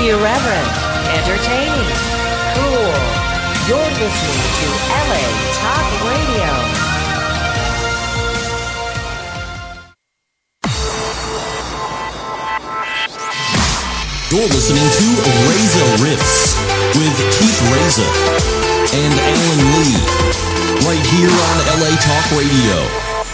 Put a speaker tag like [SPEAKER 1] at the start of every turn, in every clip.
[SPEAKER 1] irreverent, entertaining, cool. You're listening to LA Talk Radio.
[SPEAKER 2] You're listening to Reza Riffs with Keith Reza and Alan Lee, right here on LA Talk Radio.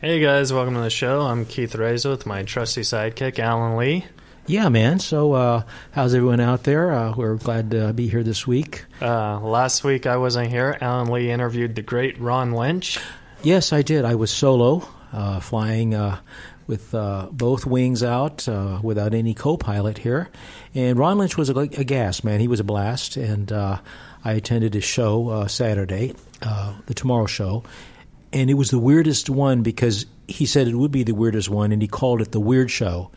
[SPEAKER 3] Hey guys, welcome to the show. I'm Keith Reza with my trusty sidekick, Alan Lee.
[SPEAKER 4] Yeah, man. So, uh, how's everyone out there? Uh, we're glad to be here this week.
[SPEAKER 3] Uh, last week I wasn't here. Alan Lee interviewed the great Ron Lynch.
[SPEAKER 4] Yes, I did. I was solo, uh, flying uh, with uh, both wings out, uh, without any co-pilot here. And Ron Lynch was a, a gas man. He was a blast, and uh, I attended his show uh, Saturday, uh, the Tomorrow Show, and it was the weirdest one because he said it would be the weirdest one, and he called it the Weird Show.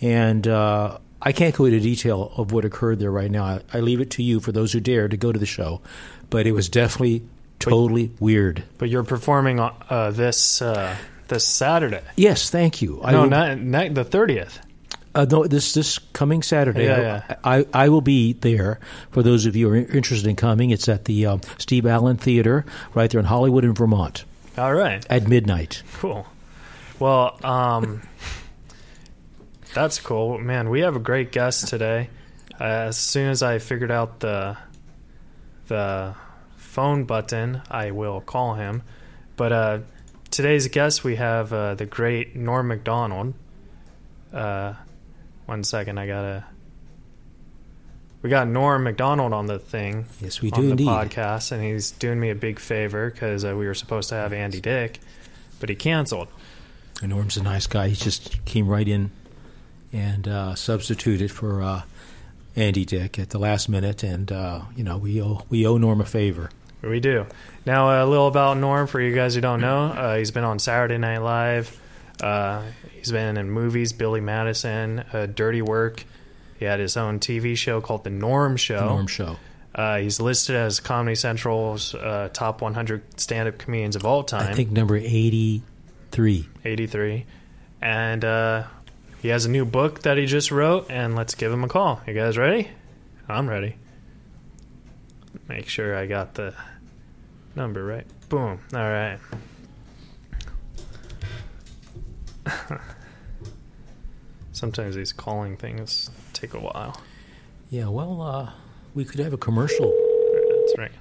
[SPEAKER 4] And uh, I can't go into detail of what occurred there right now. I, I leave it to you for those who dare to go to the show, but it was definitely totally weird.
[SPEAKER 3] But you're performing uh, this uh, this Saturday.
[SPEAKER 4] Yes, thank you. I
[SPEAKER 3] No,
[SPEAKER 4] will-
[SPEAKER 3] not, not the thirtieth.
[SPEAKER 4] Uh, no, this this coming Saturday,
[SPEAKER 3] Yeah, yeah.
[SPEAKER 4] I, I will be there. For those of you who are interested in coming, it's at the um, Steve Allen Theater right there in Hollywood in Vermont
[SPEAKER 3] All right,
[SPEAKER 4] at midnight.
[SPEAKER 3] cool. Well, um, that's cool, man. We have a great guest today. Uh, as soon as I figured out the the phone button, I will call him. But uh, today's guest, we have uh, the great Norm McDonald. Uh, one second, I gotta. We got Norm McDonald on the thing.
[SPEAKER 4] Yes, we
[SPEAKER 3] on
[SPEAKER 4] do
[SPEAKER 3] the
[SPEAKER 4] indeed.
[SPEAKER 3] podcast, and he's doing me a big favor because uh, we were supposed to have Andy Dick, but he canceled.
[SPEAKER 4] And Norm's a nice guy. He just came right in and uh, substituted for uh, Andy Dick at the last minute, and uh, you know we owe we owe Norm a favor.
[SPEAKER 3] We do. Now, a little about Norm for you guys who don't know. Uh, he's been on Saturday Night Live. Uh, he's been in movies, Billy Madison, uh, Dirty Work. He had his own TV show called The Norm Show.
[SPEAKER 4] Norm Show.
[SPEAKER 3] Uh, he's listed as Comedy Central's uh, top 100 stand up comedians of all time,
[SPEAKER 4] I think number eighty three.
[SPEAKER 3] 83. And uh, he has a new book that he just wrote, and let's give him a call. You guys ready? I'm ready. Make sure I got the number right. Boom. All right. Sometimes these calling things take a while.
[SPEAKER 4] Yeah, well, uh, we could have a commercial.
[SPEAKER 3] That's right.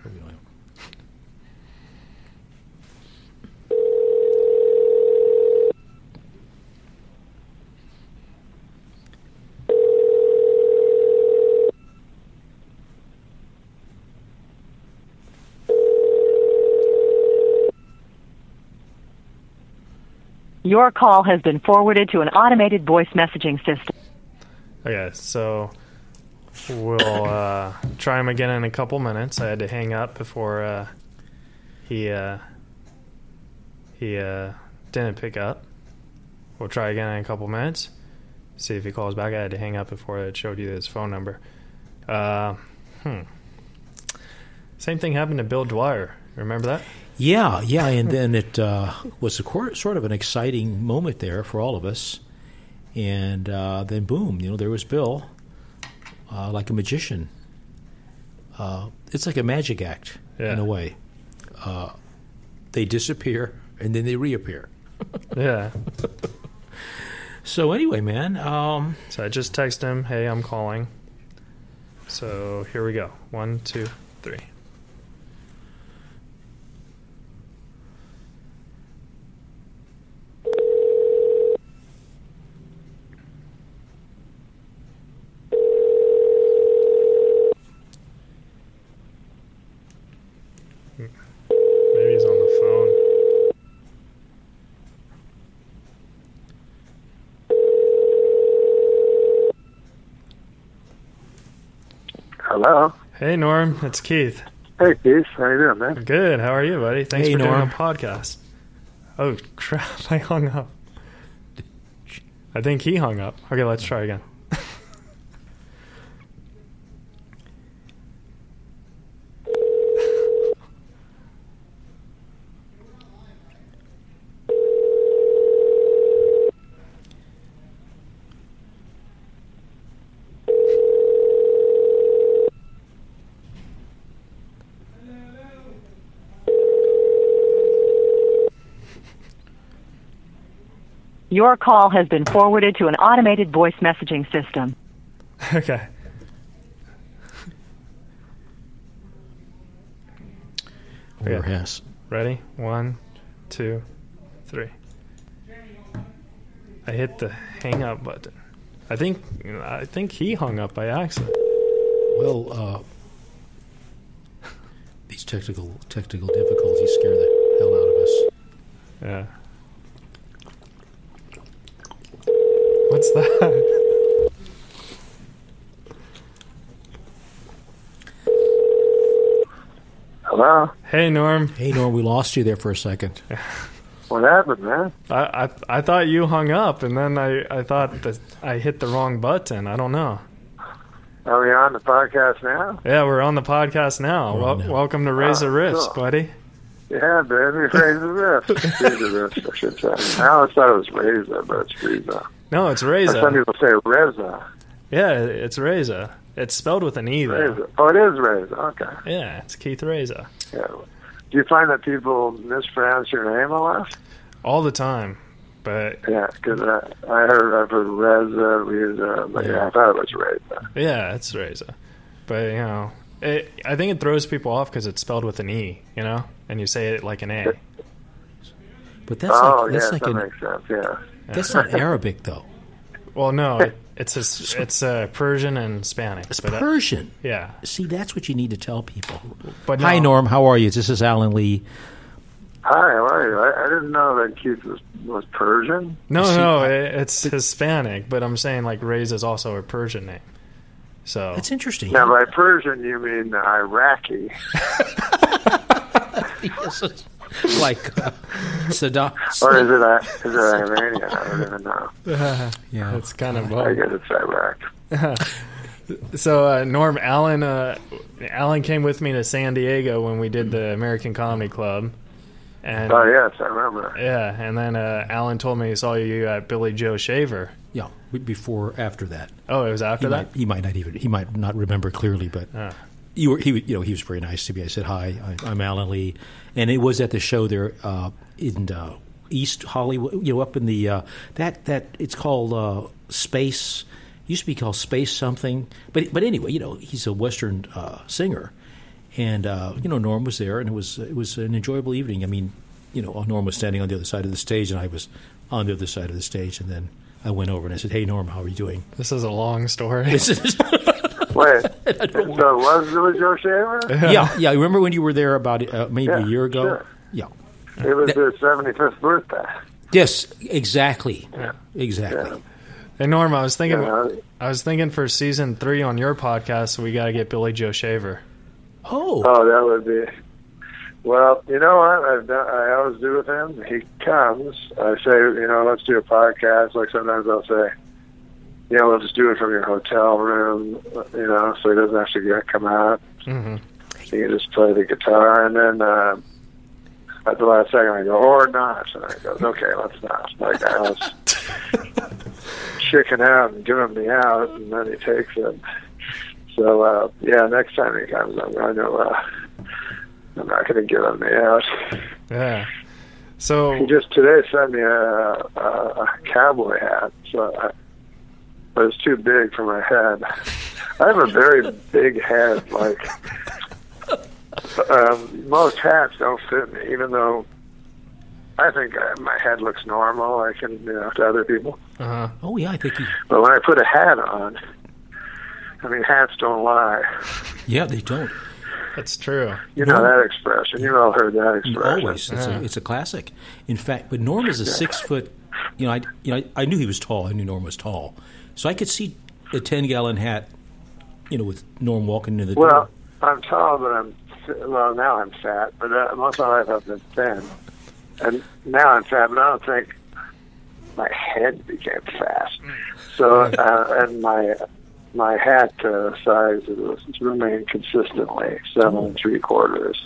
[SPEAKER 1] Your call has been forwarded to an automated voice messaging system.
[SPEAKER 3] Okay, so we'll uh, try him again in a couple minutes. I had to hang up before uh, he uh, he uh, didn't pick up. We'll try again in a couple minutes. See if he calls back. I had to hang up before it showed you his phone number. Uh, hmm. Same thing happened to Bill Dwyer. Remember that?
[SPEAKER 4] Yeah, yeah, and then it uh, was a cor- sort of an exciting moment there for all of us, and uh, then boom, you know, there was Bill, uh, like a magician. Uh, it's like a magic act in
[SPEAKER 3] Yeah.
[SPEAKER 4] a way. Uh, they disappear and then they reappear.
[SPEAKER 3] Yeah.
[SPEAKER 4] So anyway, man, um,
[SPEAKER 3] So I just text him, hey, I'm calling. So here we go. One, two, three. Maybe he's on the phone.
[SPEAKER 5] Hello.
[SPEAKER 3] Hey Norm, it's Keith.
[SPEAKER 5] Hey, Keith. How you doing, man?
[SPEAKER 3] Good. How are you, buddy? Thanks
[SPEAKER 4] Hey,
[SPEAKER 3] for doing
[SPEAKER 4] Norm.
[SPEAKER 3] a podcast. Oh crap! I hung up. I think he hung up. Okay, let's try again.
[SPEAKER 1] Your call has been forwarded to an automated voice messaging system.
[SPEAKER 3] Okay.
[SPEAKER 4] Or
[SPEAKER 3] Okay.
[SPEAKER 4] has.
[SPEAKER 3] Ready? One, two, three. I hit the hang up button. I think I think he hung up by accident.
[SPEAKER 4] Well, uh, these technical technical difficulties scare the hell out of us.
[SPEAKER 3] Yeah. What's that?
[SPEAKER 5] Hello.
[SPEAKER 3] Hey Norm.
[SPEAKER 4] Hey, Norm, we lost you there for a second.
[SPEAKER 5] What happened, man?
[SPEAKER 3] I, I I thought you hung up and then I, I thought that I hit the wrong button. I don't know.
[SPEAKER 5] Are we on the podcast now?
[SPEAKER 3] Yeah, we're on the podcast now. Wel-
[SPEAKER 4] now.
[SPEAKER 3] Welcome to Raise the Riffs,
[SPEAKER 5] cool.
[SPEAKER 3] buddy.
[SPEAKER 5] Yeah, baby. Raise the riff. Raise the riff. I should say. I always thought it was Reza, but it's Reza.
[SPEAKER 3] No, it's
[SPEAKER 5] Or Some
[SPEAKER 3] Reza.
[SPEAKER 5] people say Reza.
[SPEAKER 3] Yeah, it's Reza. It's spelled with an E though.
[SPEAKER 5] Reza. Oh, it is Reza. Okay.
[SPEAKER 3] Yeah, it's Keith Reza.
[SPEAKER 5] Yeah. Do you find that people mispronounce your name a lot?
[SPEAKER 3] All the time. But
[SPEAKER 5] Yeah, because I, I heard I've heard Reza, Reza, but yeah. I thought it was Reza.
[SPEAKER 3] yeah, it's Reza. But you know, it, I think it throws people off because it's spelled with an E, you know, and you say it like an A.
[SPEAKER 4] But that's
[SPEAKER 5] oh,
[SPEAKER 4] like,
[SPEAKER 5] yeah,
[SPEAKER 4] that's like
[SPEAKER 5] that
[SPEAKER 4] an,
[SPEAKER 5] makes sense. Yeah.
[SPEAKER 4] that's not Arabic though.
[SPEAKER 3] Well, no, it, it's a s it's uh, Persian and Spanish.
[SPEAKER 4] It's
[SPEAKER 3] but uh,
[SPEAKER 4] Persian.
[SPEAKER 3] yeah,
[SPEAKER 4] See, that's what you need to tell people.
[SPEAKER 3] but
[SPEAKER 4] Hi,
[SPEAKER 3] no. Oh.
[SPEAKER 4] Norm. How are you? This is Alan Lee.
[SPEAKER 5] Hi, how are you? I, I didn't know that Keith was, was Persian.
[SPEAKER 3] No,
[SPEAKER 4] See,
[SPEAKER 3] no, it, it's Hispanic, but I'm saying like Reza is also a Persian name. So
[SPEAKER 4] That's interesting.
[SPEAKER 5] Now, by Persian, you mean Iraqi.
[SPEAKER 4] Yes, it's like uh, Saddam.
[SPEAKER 5] Or is it, I is it Iranian? I don't even know.
[SPEAKER 4] Yeah.
[SPEAKER 3] it's kind of
[SPEAKER 5] I
[SPEAKER 3] both.
[SPEAKER 5] guess it's Iraq.
[SPEAKER 3] So uh, Norm Allen, uh, Allen came with me to San Diego when we did the American Comedy Club, and
[SPEAKER 5] Oh, yes, I remember.
[SPEAKER 3] yeah, and then uh, Alan told me he saw you at Billy Joe Shaver.
[SPEAKER 4] Yeah. we- Before, after that,
[SPEAKER 3] Oh, it was after
[SPEAKER 4] he
[SPEAKER 3] that.
[SPEAKER 4] might, he might not even he might not remember clearly, but
[SPEAKER 3] Ah.
[SPEAKER 4] you were he would- you know he was very nice to me. I said hi, I, I'm Alan Lee, and it was at the show there uh, in uh, East Hollywood, you know, up in the uh, that that it's called uh, Space. Used to be called Space something, but but anyway, you know, he's a Western uh, singer, and uh, you know Norm was there, and it was it was an enjoyable evening. I mean, you know, Norm was standing on the other side of the stage, and I was on the other side of the stage, and then. I went over and I said, "Hey Norm, how are you doing?"
[SPEAKER 3] This is a long story.
[SPEAKER 4] This is-
[SPEAKER 5] Wait, so it was Billy Joe Shaver?
[SPEAKER 4] yeah, yeah. I remember when you were there about uh, maybe a
[SPEAKER 5] Yeah,
[SPEAKER 4] year ago.
[SPEAKER 5] sure.
[SPEAKER 4] Yeah.
[SPEAKER 5] It was his 75th birthday.
[SPEAKER 4] Yes, exactly, exactly.
[SPEAKER 3] Hey Norm, I was thinking,
[SPEAKER 5] You know?
[SPEAKER 3] I was thinking for season three on your podcast, we got to get Billy Joe Shaver.
[SPEAKER 4] Oh,
[SPEAKER 5] Oh, that would be. Well, you know what I've done, I always do with him. He comes. I say, you know, let's do a podcast. Like sometimes I'll say, you know, we'll just do it from your hotel room. You know, so he doesn't have to get, come out.
[SPEAKER 3] hmm
[SPEAKER 5] He can just play the guitar, and then uh, at the last second I go, or not, and I goes, okay, let's not. Like I was chicken out and giving me out, and then he takes it. So uh, yeah, next time he comes, I'm going to. Uh, I'm not going to give him the out.
[SPEAKER 3] Yeah.
[SPEAKER 5] He
[SPEAKER 3] So
[SPEAKER 5] just today sent me a, a, a cowboy hat, so I, but it's too big for my head. I have a very big head. Like um, most hats don't fit me, even though I think uh my head looks normal. I can, you know, to other people.
[SPEAKER 3] uh,
[SPEAKER 4] oh yeah. I think you,
[SPEAKER 5] But when I put a hat on, I mean, hats don't lie.
[SPEAKER 4] yeah they don't
[SPEAKER 3] that's true.
[SPEAKER 5] You know that expression. You've all heard that expression.
[SPEAKER 4] always. It's,
[SPEAKER 3] Yeah.
[SPEAKER 4] a, it's a classic. In fact, but Norm is a six foot. You know, I you know I, I knew he was tall. I knew Norm was tall, so I could see a ten gallon hat. You know, with Norm walking into the
[SPEAKER 5] Well,
[SPEAKER 4] door.
[SPEAKER 5] I'm tall, but I'm well now I'm fat. But uh, most of my life I've been thin, and now I'm fat. But I don't think my head became fat. So uh, and my my hat uh, size has remained consistently seven and three quarters.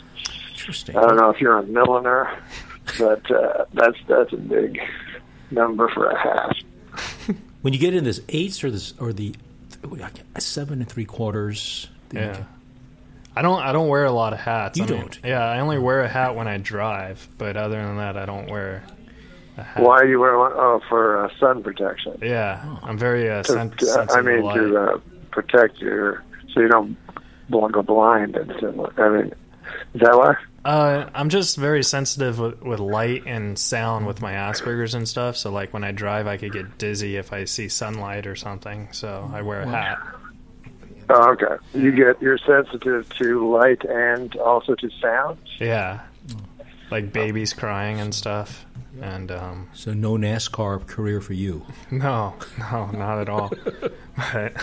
[SPEAKER 4] Interesting.
[SPEAKER 5] I don't know if you're a milliner, but uh, that's that's a big number for a hat.
[SPEAKER 4] When you get in this eights or this or the uh, seven and three quarters. then you
[SPEAKER 3] Yeah.
[SPEAKER 4] can-
[SPEAKER 3] I don't. I don't wear a lot of hats.
[SPEAKER 4] You
[SPEAKER 3] I mean,
[SPEAKER 4] don't?
[SPEAKER 3] Yeah, I only wear a hat when I drive. But other than that, I don't wear.
[SPEAKER 4] Uh,
[SPEAKER 5] Why are you wearing one? Oh, for uh, sun protection.
[SPEAKER 3] Yeah, I'm very uh,
[SPEAKER 5] To-
[SPEAKER 3] sen-
[SPEAKER 5] to-
[SPEAKER 3] sensitive
[SPEAKER 5] I mean,
[SPEAKER 3] to
[SPEAKER 5] to
[SPEAKER 3] light.
[SPEAKER 5] uh, protect your so you don't bl- go blind and stuff. I mean, is that why?
[SPEAKER 3] Uh, I'm just very sensitive with, with light and sound with my Asperger's and stuff. So like when I drive, I could get dizzy if I see sunlight or something. So I wear a hat.
[SPEAKER 5] Oh, okay. You get you're sensitive to light and also to sound.
[SPEAKER 3] Yeah, like babies crying and stuff. And um,
[SPEAKER 4] So no NASCAR career for you.
[SPEAKER 3] no, no, not at all. but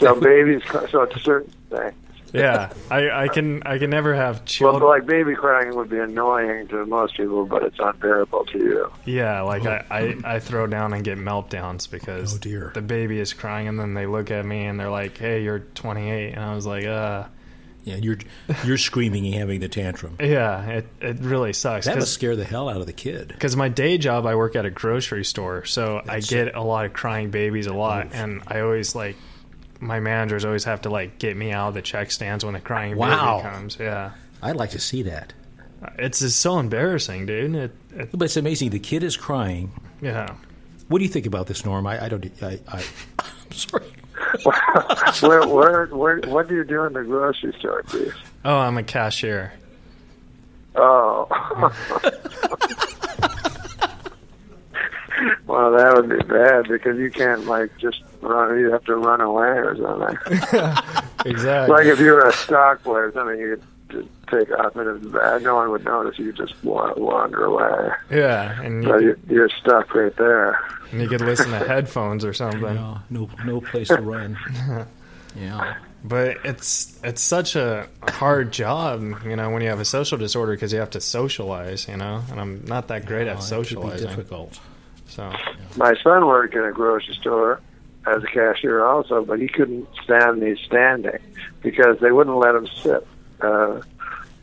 [SPEAKER 5] So babies, cry- so it's a certain thing.
[SPEAKER 3] yeah, I, I can I can never have
[SPEAKER 5] Well,
[SPEAKER 3] children.
[SPEAKER 5] like baby crying would be annoying to most people, but it's unbearable to you.
[SPEAKER 3] Yeah, like I, I, I throw down and get meltdowns because
[SPEAKER 4] Oh, dear.
[SPEAKER 3] the baby is crying and then they look at me and they're like, "Hey, you're 28," and I was like, "Uh,
[SPEAKER 4] Yeah, you're you're screaming and having the tantrum.
[SPEAKER 3] yeah, it it really sucks."
[SPEAKER 4] That would
[SPEAKER 3] Cause,
[SPEAKER 4] scare the hell out of the kid.
[SPEAKER 3] 'cause my day job, I work at a grocery store, so I get a lot of crying babies a lot, and I always like my managers always have to like get me out of the check stands when a crying
[SPEAKER 4] Wow.
[SPEAKER 3] baby comes. Yeah,
[SPEAKER 4] I'd like to see that.
[SPEAKER 3] it's just so embarrassing, dude. It, it
[SPEAKER 4] But it's amazing. The kid is crying.
[SPEAKER 3] yeah.
[SPEAKER 4] What do you think about this, Norm? I, I don't. I, I, I'm sorry.
[SPEAKER 5] where, where, where, what do you do in the grocery store, please?
[SPEAKER 3] Oh, I'm a cashier.
[SPEAKER 5] Oh. well, that would be bad because you can't like just run. You have to run away or something.
[SPEAKER 3] Exactly.
[SPEAKER 5] like if you were a stock player or something, you could just take off and bad. No one would notice. You just wa- wander away.
[SPEAKER 3] yeah, and
[SPEAKER 5] So
[SPEAKER 3] you,
[SPEAKER 5] you- you're stuck right there.
[SPEAKER 3] and you could listen to headphones or something.
[SPEAKER 4] Yeah, no, no place to run. Yeah.
[SPEAKER 3] But it's it's such a hard job, you know, when you have a social disorder because you have to socialize, you know. And I'm not that great
[SPEAKER 4] Oh,
[SPEAKER 3] at
[SPEAKER 4] that could be
[SPEAKER 3] socializing,
[SPEAKER 4] difficult.
[SPEAKER 3] so
[SPEAKER 5] My son worked in a grocery store as a cashier also, but he couldn't stand me standing because they wouldn't let him sit. Uh,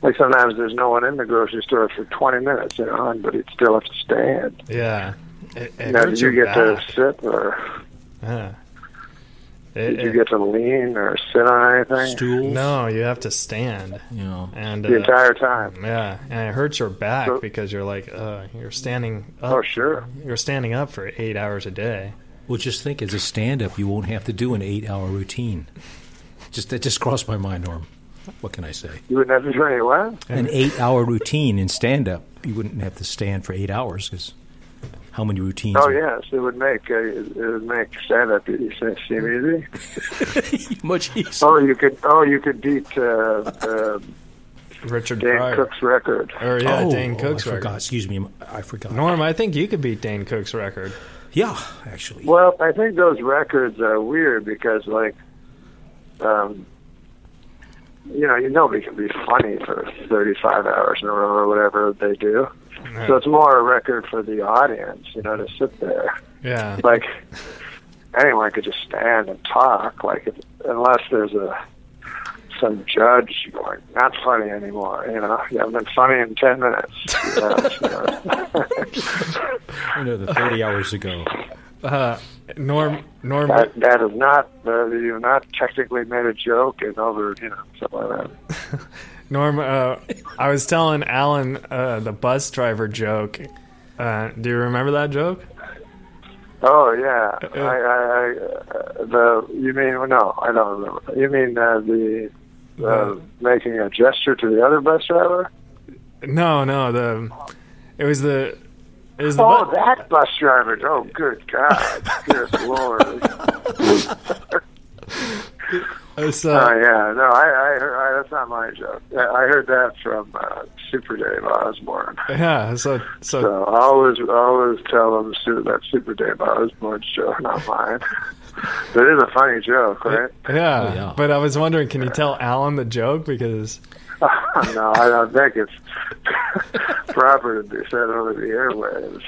[SPEAKER 5] like sometimes there's no one in the grocery store for 20 minutes, you know, but he'd still have to stand.
[SPEAKER 3] yeah. It, it
[SPEAKER 5] Now, did
[SPEAKER 3] hurts
[SPEAKER 5] you
[SPEAKER 3] your
[SPEAKER 5] get
[SPEAKER 3] back.
[SPEAKER 5] to sit or
[SPEAKER 3] Yeah.
[SPEAKER 5] did
[SPEAKER 3] It-
[SPEAKER 5] you
[SPEAKER 3] it-
[SPEAKER 5] get to lean or sit on anything
[SPEAKER 4] Stools.
[SPEAKER 3] no, you have to stand,
[SPEAKER 4] You know.
[SPEAKER 3] and uh,
[SPEAKER 5] the entire time?
[SPEAKER 3] yeah, and it hurts your back
[SPEAKER 5] So-
[SPEAKER 3] because you're like, uh, you're standing up.
[SPEAKER 5] Oh, sure.
[SPEAKER 3] You're standing up for eight hours a day.
[SPEAKER 4] Well, just think as a stand up, you won't have to do an eight hour routine. Just That just crossed my mind, Norm. What can I say?
[SPEAKER 5] You wouldn't have to do any what?
[SPEAKER 4] An eight hour routine in stand up, you wouldn't have to stand for eight hours because how many routines?
[SPEAKER 5] Oh
[SPEAKER 4] are-
[SPEAKER 5] yes, it would make uh, it would make stand up seem easy.
[SPEAKER 4] Much easier.
[SPEAKER 5] Oh, you could oh you could beat uh, uh,
[SPEAKER 3] Richard
[SPEAKER 5] Dan
[SPEAKER 3] Pryor,
[SPEAKER 5] Cook's record.
[SPEAKER 3] or yeah,
[SPEAKER 4] oh,
[SPEAKER 3] Dane
[SPEAKER 4] oh,
[SPEAKER 3] Cook's
[SPEAKER 4] I forgot.
[SPEAKER 3] record.
[SPEAKER 4] Excuse me. I forgot.
[SPEAKER 3] Norm, I think you could beat Dane Cook's record.
[SPEAKER 4] Yeah, actually.
[SPEAKER 5] Well, I think those records are weird because, like, um, you know, you nobody can be funny for 35 hours in a row or whatever they do. So it's more a record for the audience, you know, to sit there.
[SPEAKER 3] Yeah,
[SPEAKER 5] Like, anyone could just stand and talk, like, if, unless there's a some judge going, not funny anymore, you know, you haven't been funny in 10 minutes. You know, so-
[SPEAKER 4] I know the 30 hours ago.
[SPEAKER 3] uh, Norm, Norm.
[SPEAKER 5] That that is not uh, you've not technically made a joke and over you know something like that.
[SPEAKER 3] Norm, uh, I was telling Alan uh, the bus driver joke. Uh, do you remember that joke?
[SPEAKER 5] Oh yeah,
[SPEAKER 3] uh.
[SPEAKER 5] I, I, I uh, the you mean no I don't remember. You mean uh, the uh, making a gesture to the other bus driver?
[SPEAKER 3] No, no. The it was the it was the
[SPEAKER 5] Oh,
[SPEAKER 3] bu-
[SPEAKER 5] that bus driver! Oh, good God, good Lord! Oh
[SPEAKER 3] it was, uh,
[SPEAKER 5] yeah, no, I, I, heard, I that's not my joke. I I heard that from uh, Super Dave Osborne.
[SPEAKER 3] Oh. yeah. So so
[SPEAKER 5] So I always, I always tell them su- that Super Dave Osborne's joke, not mine. but it is a funny joke, right?
[SPEAKER 3] yeah,
[SPEAKER 4] yeah.
[SPEAKER 3] But I was wondering, can you tell Alan the joke because
[SPEAKER 5] no, I don't think it's proper to be said over the airwaves.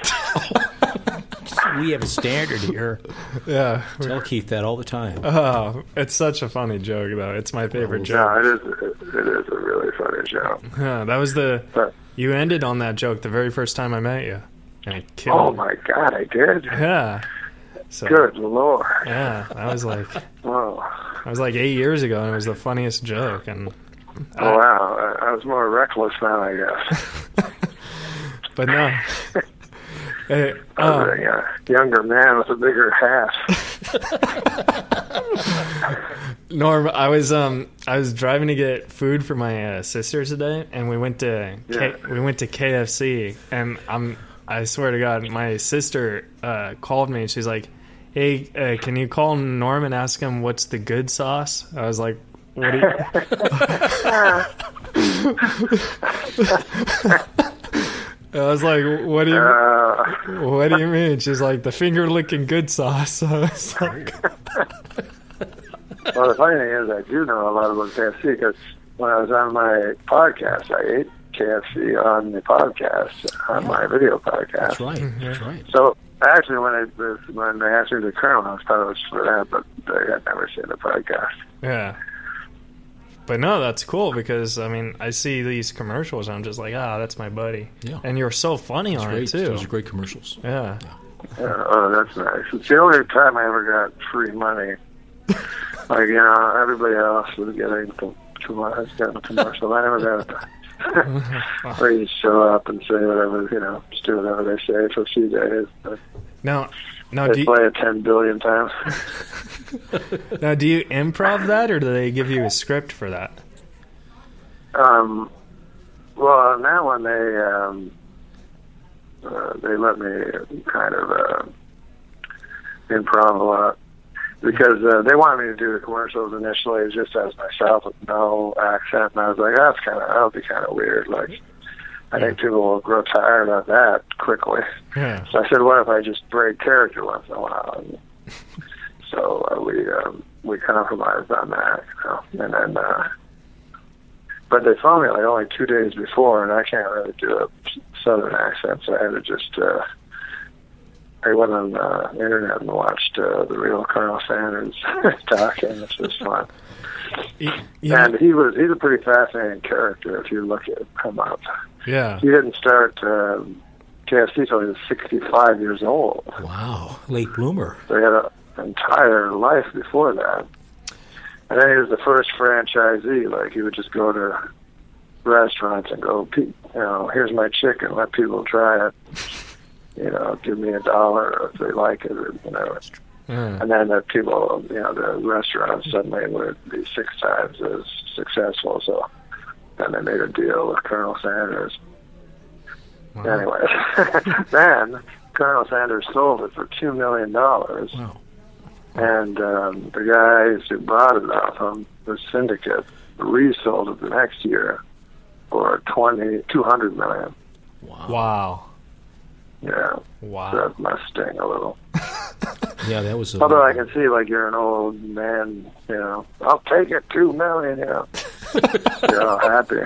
[SPEAKER 4] We have a standard here.
[SPEAKER 3] yeah,
[SPEAKER 4] Tell Keith that all the time.
[SPEAKER 3] oh, it's such a funny joke though. It's my favorite joke.
[SPEAKER 5] No, it is, it is a really funny joke.
[SPEAKER 3] Yeah, that was the
[SPEAKER 5] But
[SPEAKER 3] you ended on that joke the very first time I met you, and it killed.
[SPEAKER 5] oh my God, I did.
[SPEAKER 3] Yeah. So
[SPEAKER 5] Good Lord!
[SPEAKER 3] yeah, I was like.
[SPEAKER 5] Oh,
[SPEAKER 3] It was like eight years ago, and it was the funniest joke. And Uh,
[SPEAKER 5] oh wow, I, I was more reckless then, I guess.
[SPEAKER 3] But no. Hey,
[SPEAKER 5] I
[SPEAKER 3] um,
[SPEAKER 5] was a uh, younger man with a bigger hat.
[SPEAKER 3] Norm, I was um I was driving to get food for my uh, sister today, and we went to K-
[SPEAKER 5] Yeah.
[SPEAKER 3] we went to KFC, and I'm I swear to God, my sister uh, called me. and She's like, "Hey, uh, can you call Norm and ask him what's the good sauce?" I was like, "What?" Do you-" I was like, "What do you
[SPEAKER 5] Uh,
[SPEAKER 3] what do you mean?" She's like, "The finger licking good sauce." I was like,
[SPEAKER 5] well, the funny thing is, I do know a lot about KFC because when I was on my podcast, I ate KFC on the podcast, on my video podcast.
[SPEAKER 4] That's right.
[SPEAKER 3] Mm-hmm.
[SPEAKER 4] That's right.
[SPEAKER 5] So actually, when I when they asked me to colonel, I thought it was for that, but I had never seen the podcast.
[SPEAKER 3] Yeah. But no, that's cool because I mean I see these commercials and I'm just like, ah, that's my buddy.
[SPEAKER 4] Yeah.
[SPEAKER 3] And you're so funny on
[SPEAKER 4] Great.
[SPEAKER 3] it too.
[SPEAKER 4] Those are great commercials.
[SPEAKER 3] Yeah.
[SPEAKER 5] Uh, oh, that's nice. It's the only time I ever got free money. like you know, everybody else was getting com- com- I was getting commercial. I never got. it. Where you show up and say whatever you know, just do whatever they say for a few days. But
[SPEAKER 3] Now, now do
[SPEAKER 5] They
[SPEAKER 3] you,
[SPEAKER 5] play it ten billion times.
[SPEAKER 3] now do you improv that or do they give you a script for that?
[SPEAKER 5] Um, well, on that one, they um, uh, they let me kind of uh, improv a lot because uh, they wanted me to do the commercials initially just as myself with no accent, and I was like, that's kind of that'll be kind of weird. Like, I think people will grow tired of that quickly.
[SPEAKER 3] Yeah.
[SPEAKER 5] So I said, what if I just break character once in a while? And so uh, we um, we compromised on that, you know, and then. Uh, but they phoned me like only two days before, and I can't really do a southern accent, so I had to just. Uh, I went on uh, the internet and watched uh, the real Colonel Sanders talk, and it's just fun.
[SPEAKER 3] Y- Yeah.
[SPEAKER 5] And he was—he's a pretty fascinating character if you look at him up.
[SPEAKER 3] Yeah.
[SPEAKER 5] He didn't start um, KFC until he was 65 years old.
[SPEAKER 4] Wow. Late bloomer.
[SPEAKER 5] They had a- an entire life before that. And then he was the first franchisee. Like he would just go to restaurants and go, "Pe- you know, here's my chicken. Let people try it. You know, give me a dollar if they like it, or whatever.
[SPEAKER 3] Yeah.
[SPEAKER 5] And then the people, you know, the restaurants suddenly would be six times as successful. So then they made a deal with Colonel Sanders.
[SPEAKER 3] Wow.
[SPEAKER 5] Anyway, then Colonel Sanders sold it for two million dollars,
[SPEAKER 4] Wow.
[SPEAKER 5] and um, the guys who bought it off him, the syndicate, resold it the next year for twenty two hundred million.
[SPEAKER 4] Wow.
[SPEAKER 3] Wow.
[SPEAKER 5] Yeah,
[SPEAKER 3] Wow.
[SPEAKER 5] that must sting a little.
[SPEAKER 4] Yeah, that was. A,
[SPEAKER 5] Although I can see, like you're an old man, you know, I'll take it two million. You know, you're all happy.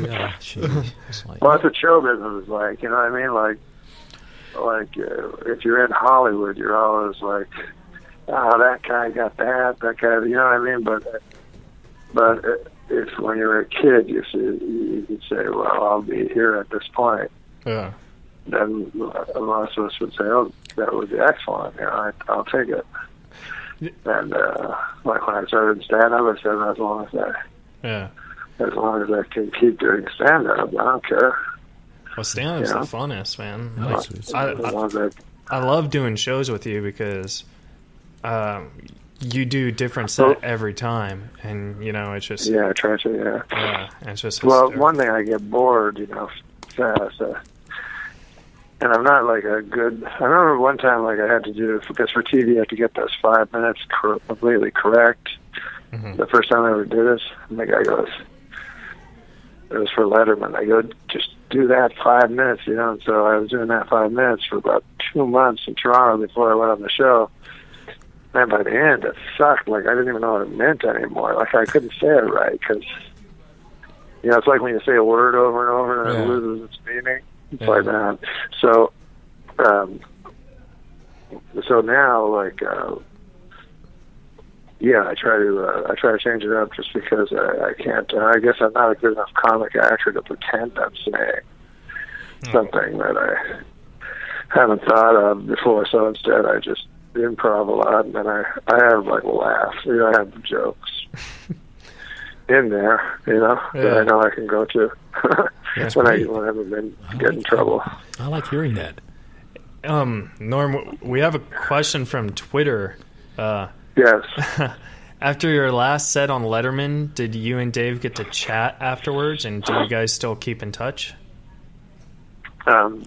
[SPEAKER 4] Yeah, she, it's like,
[SPEAKER 5] Well, that's what show business is like. You know what I mean? Like, like uh, if you're in Hollywood, you're always like, "Oh, that guy got that. That guy." You know what I mean? But, but if when you're a kid, you see, you could say, "Well, I'll be here at this point."
[SPEAKER 3] Yeah.
[SPEAKER 5] Then a lot of us would say, "Oh, that would be excellent. You know, I, I'll take it." And uh, like when I started stand up, I said, "As long as I,
[SPEAKER 3] Yeah.
[SPEAKER 5] as long as I can keep doing stand up, I don't care."
[SPEAKER 3] Well, stand up's
[SPEAKER 5] Yeah.
[SPEAKER 3] the funnest, man.
[SPEAKER 4] No,
[SPEAKER 3] Like,
[SPEAKER 4] it's- it's-
[SPEAKER 3] I,
[SPEAKER 5] As
[SPEAKER 3] I-
[SPEAKER 5] long as I
[SPEAKER 3] I love doing shows with you because um, you do different set every time, and you know it's just yeah,
[SPEAKER 5] Yeah, try to. Yeah.
[SPEAKER 3] it's just
[SPEAKER 5] Well,
[SPEAKER 3] hysterical.
[SPEAKER 5] one thing I get bored, you know, fast, uh, and I'm not like a good. I remember one time like I had to do because for TV you have to get those five minutes cor- completely correct. The first time I ever did this, and the guy goes, "It was for Letterman." I go, "Just do that five minutes," you know. And so I was doing that five minutes for about two months in Toronto before I went on the show. And by the end, it sucked. Like I didn't even know what it meant anymore. Like I couldn't say it right because. You know, it's like when you say a word over and over and
[SPEAKER 3] Yeah.
[SPEAKER 5] it loses its meaning. It's
[SPEAKER 3] Yeah.
[SPEAKER 5] like that. So, um, so now, like, uh, yeah, I try to uh, I try to change it up just because I, I can't. Uh, I guess I'm not a good enough comic actor to pretend I'm saying something that I haven't thought of before. So instead, I just improv a lot, and then I I have like laughs. You know, I have jokes in there. You know, that
[SPEAKER 3] Yeah.
[SPEAKER 5] I know I can go to. That's when I
[SPEAKER 4] great.
[SPEAKER 5] when I've been get in trouble.
[SPEAKER 4] I like hearing that.
[SPEAKER 3] Um, Norm, w- we have a question from Twitter. Uh,
[SPEAKER 5] Yes.
[SPEAKER 3] after your last set on Letterman, did you and Dave get to chat afterwards, and do you guys still keep in touch?
[SPEAKER 5] Um,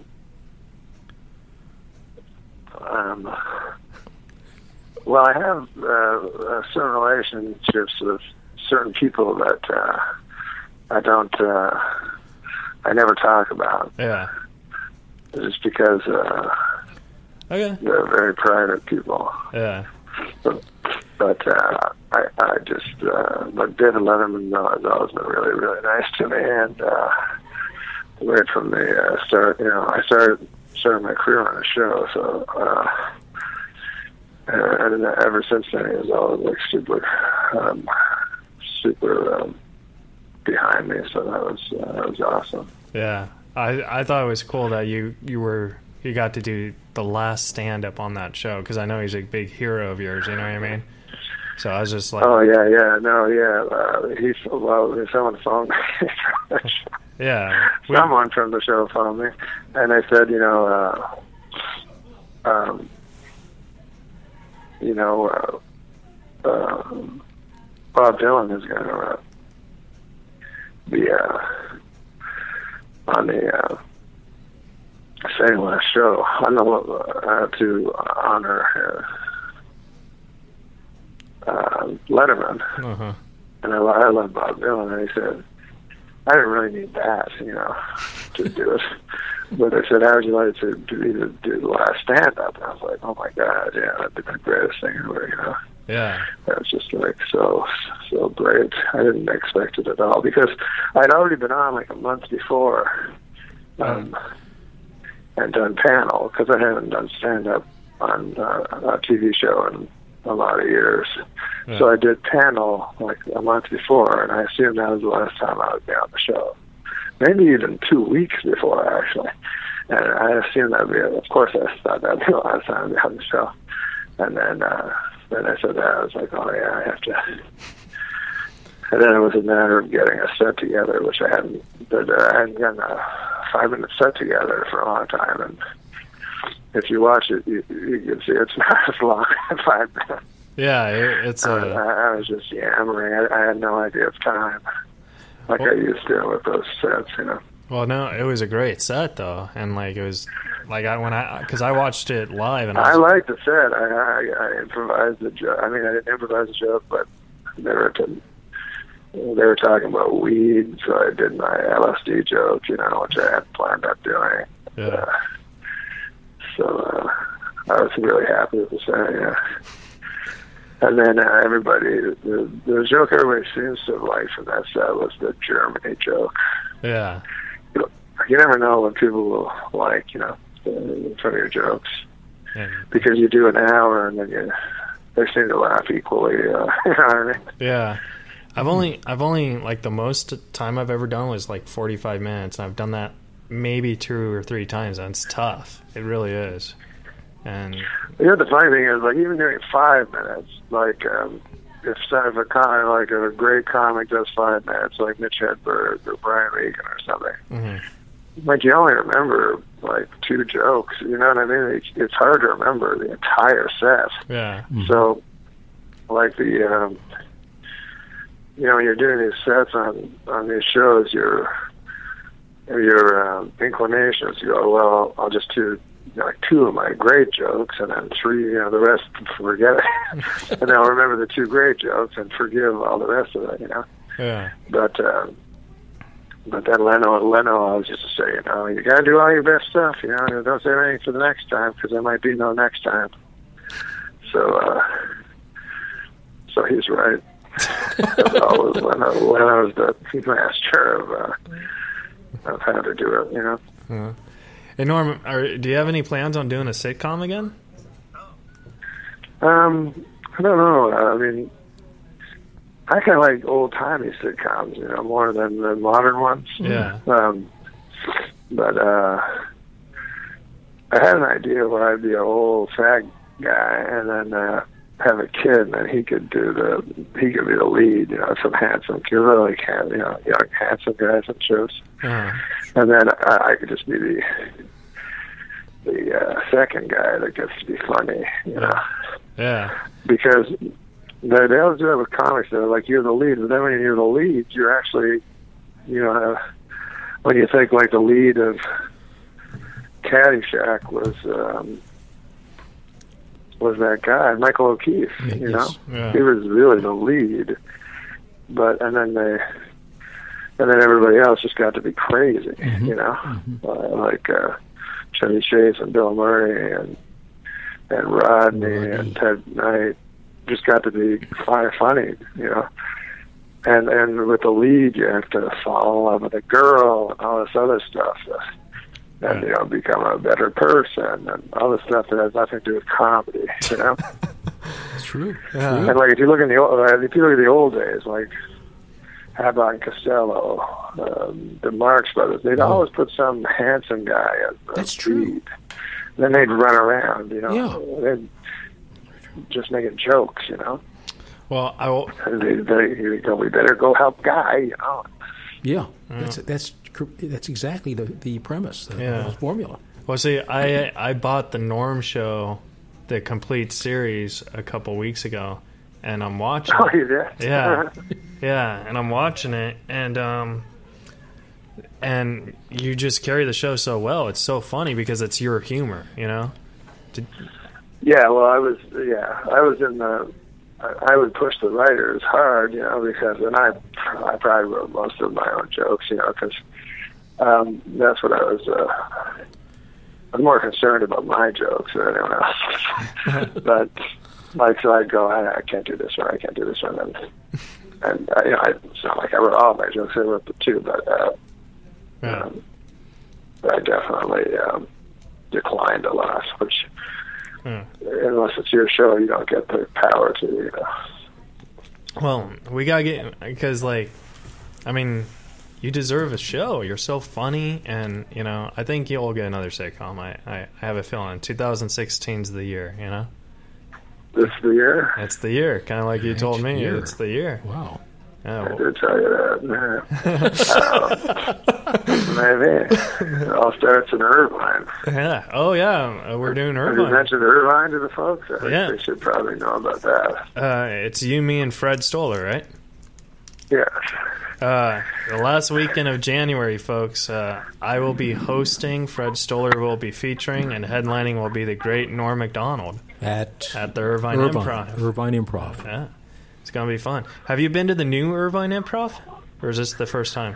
[SPEAKER 5] um, well, I have uh, uh, certain relationships with certain people that uh, I don't, uh, I never talk about,
[SPEAKER 3] Yeah.
[SPEAKER 5] just because uh,
[SPEAKER 3] Okay.
[SPEAKER 5] they're very private people.
[SPEAKER 3] Yeah.
[SPEAKER 5] But uh, I, I just, uh, but David Letterman though, has always been really, really nice to me, and uh, right from the uh, start, you know, I started started my career on a show, so uh, and, and ever since then, he was always like super, um, super um, behind me. So that was uh, that was awesome.
[SPEAKER 3] Yeah. I, I thought it was cool that you, you were you got to do the last stand up on that show because I know he's a big hero of yours. You know what I mean? So I was just like,
[SPEAKER 5] Oh yeah, yeah, no, yeah. Uh, he's well, someone phoned me.
[SPEAKER 3] yeah, we-
[SPEAKER 5] someone from the show phoned me, and they said, you know, uh, um, you know, uh, uh, Bob Dylan is going to uh, be uh, on the uh, same last show on the uh, to honor uh, uh, Letterman
[SPEAKER 3] uh-huh.
[SPEAKER 5] and I, I love Bob Dylan. And I said, I didn't really need that, you know, to do it. But I said, how would you like to do, to do the last stand up? And I was like, oh my God, yeah, that'd be the greatest thing ever, you know.
[SPEAKER 3] yeah,
[SPEAKER 5] I was just like so, so great. I didn't expect it at all because I'd already been on like a month before um, and done panel because I haven't done stand up on uh, a TV show in a lot of years. So I did panel like a month before, and I assumed that was the last time I would be on the show. Maybe even two weeks before, actually. And I assumed that would be, of course, I thought that would be the last time I'd be on the show. And then, uh, then I said that. I was like, oh, yeah, I have to. And then it was a matter of getting a set together, which I hadn't, but uh, I hadn't gotten a five minute set together for a long time. And if you watch it, you, you can see it's not as long as five minutes.
[SPEAKER 3] Oh, yeah. It, it's
[SPEAKER 5] I,
[SPEAKER 3] a
[SPEAKER 5] I was just yammering. I, I had no idea of time, like I used to with those sets, you know.
[SPEAKER 3] well, no, it was a great set though, and like it was like I when I because I watched it live and
[SPEAKER 5] I
[SPEAKER 3] I was,
[SPEAKER 5] liked the set. I, I, I improvised the joke. I mean, I didn't improvise the joke, but they were t- they were talking about weed, so I did my LSD joke, you know, which I hadn't planned on doing.
[SPEAKER 3] yeah.
[SPEAKER 5] So uh, I was really happy with the set. Yeah. And then uh, everybody, the, the joke everybody seems to have liked from that set was the Germany joke.
[SPEAKER 3] Yeah,
[SPEAKER 5] you never know what people will like, you know, uh, from your jokes
[SPEAKER 3] and,
[SPEAKER 5] because you do an hour and then you they seem to laugh equally. Uh, you know what I mean?
[SPEAKER 3] yeah. I've only I've only like the most time I've ever done was like forty five minutes, and I've done that maybe two or three times. And it's tough. It really is. And
[SPEAKER 5] You know, the funny thing is, like, even doing five minutes, like, um, if some of a con, like a great comic does five minutes, like Mitch Hedberg or Brian Regan or something,
[SPEAKER 3] mhm.
[SPEAKER 5] like you only remember like two jokes. You know what I mean? It's, it's hard to remember the entire set.
[SPEAKER 3] yeah,
[SPEAKER 5] So, like the, um, you know, when you're doing these sets on on these shows, your your um, inclination is to go, well, I'll just do you know, like two of my great jokes, and then three, you know, the rest forget it, and I'll remember the two great jokes and forgive all the rest of it, you know.
[SPEAKER 3] yeah,
[SPEAKER 5] But um, but then Leno, Leno, I was just to say, you know, you gotta do all your best stuff, you know, and don't save anything for the next time because there might be no next time. So uh, so he's right. As always, Leno, Leno's the master of uh, of how to do it, you know.
[SPEAKER 3] And Norm, are, do you have any plans on doing a sitcom again?
[SPEAKER 5] Um, I don't know. I mean, I kind of like old timey sitcoms, you know, more than the modern ones.
[SPEAKER 3] Yeah.
[SPEAKER 5] Um, but uh, I had an idea where I'd be an old fag guy, and then uh, have a kid, then he could do the he could be the lead, you know, some handsome kid, really can, you know, young handsome guys on shows,
[SPEAKER 3] Uh,
[SPEAKER 5] and then I, I could just be the the uh, second guy that gets to be funny, you know,
[SPEAKER 3] yeah.
[SPEAKER 5] because they they always do that with comics. They're like you're the lead, but then when you're the lead, you're actually, you know, uh, when you think like the lead of Caddyshack was. um was that guy Michael O'Keefe?
[SPEAKER 4] Yeah,
[SPEAKER 5] You
[SPEAKER 4] yes.
[SPEAKER 5] know,
[SPEAKER 3] Yeah.
[SPEAKER 5] he was really the lead, but and then they, and then everybody else just got to be crazy, you know, uh, like uh, Chevy Chase and Bill Murray and and Rodney and Ted Knight just got to be fire funny, you know. And and with the lead, you have to fall in love with a girl and all this other stuff, and you know, become a better person and all this stuff that has nothing to do with comedy, you know.
[SPEAKER 4] That's true.
[SPEAKER 5] And like if you look in the old, uh, if you look at the old days, like Abbott and Costello, um, the Marx Brothers, they'd always put some handsome guy as the
[SPEAKER 4] Oh. That's true.
[SPEAKER 5] lead. Then they'd run around, you know.
[SPEAKER 4] Yeah.
[SPEAKER 5] They'd just making jokes, you know.
[SPEAKER 3] Well, I will.
[SPEAKER 5] And they they you go, we better go help Guy, Oh, you know.
[SPEAKER 4] Yeah, that's that's cr- that's exactly the the premise, the,
[SPEAKER 3] Yeah.
[SPEAKER 4] the formula.
[SPEAKER 3] Well, see, I I bought the Norm Show, the complete series, a couple weeks ago, and I'm watching.
[SPEAKER 5] Oh, you did?
[SPEAKER 3] Yeah, yeah, and I'm watching it, and um, and you just carry the show so well. It's so funny because it's your humor, you know.
[SPEAKER 5] Yeah, well, I was yeah, I was in the. I I would push the writers hard, you know, because and I, I probably wrote most of my own jokes, you know, because um, that's what I was. Uh, I'm more concerned about my jokes than anyone else. but like, so I'd go, I, I can't do this one, I can't do this one, and and I, you know, I, it's not like I wrote all my jokes, I wrote the two, but uh,
[SPEAKER 3] Yeah,
[SPEAKER 5] I definitely um, declined a lot, which
[SPEAKER 3] yeah.
[SPEAKER 5] unless it's your show, you don't get the power to, you know.
[SPEAKER 3] Well, we gotta get because like, I mean, you deserve a show. You're so funny, and you know, I think you'll get another sitcom. I I, I have a feeling 2016's the year. You know,
[SPEAKER 5] This is the year.
[SPEAKER 3] it's the year. Kind of like you told me,
[SPEAKER 4] year.
[SPEAKER 3] it's the year.
[SPEAKER 4] Wow.
[SPEAKER 3] Yeah,
[SPEAKER 5] I
[SPEAKER 3] Uh, well,
[SPEAKER 5] did tell you that. um, maybe. It all starts in Irvine.
[SPEAKER 3] yeah. Oh yeah, uh, we're doing
[SPEAKER 5] Have you
[SPEAKER 3] Irvine.
[SPEAKER 5] mentioned Irvine to the folks? I think
[SPEAKER 3] Yeah.
[SPEAKER 5] they should probably know about that.
[SPEAKER 3] Uh, it's you, me, and Fred Stoller, right?
[SPEAKER 5] Yes.
[SPEAKER 3] Uh, the last weekend of January, folks, uh, I will be hosting. Fred Stoller will be featuring, and headlining will be the great Norm McDonald
[SPEAKER 4] At,
[SPEAKER 3] at the Irvine, Improv.
[SPEAKER 4] Irvine Improv.
[SPEAKER 3] Yeah, it's gonna be fun. Have you been to the new Irvine Improv, or is this the first time?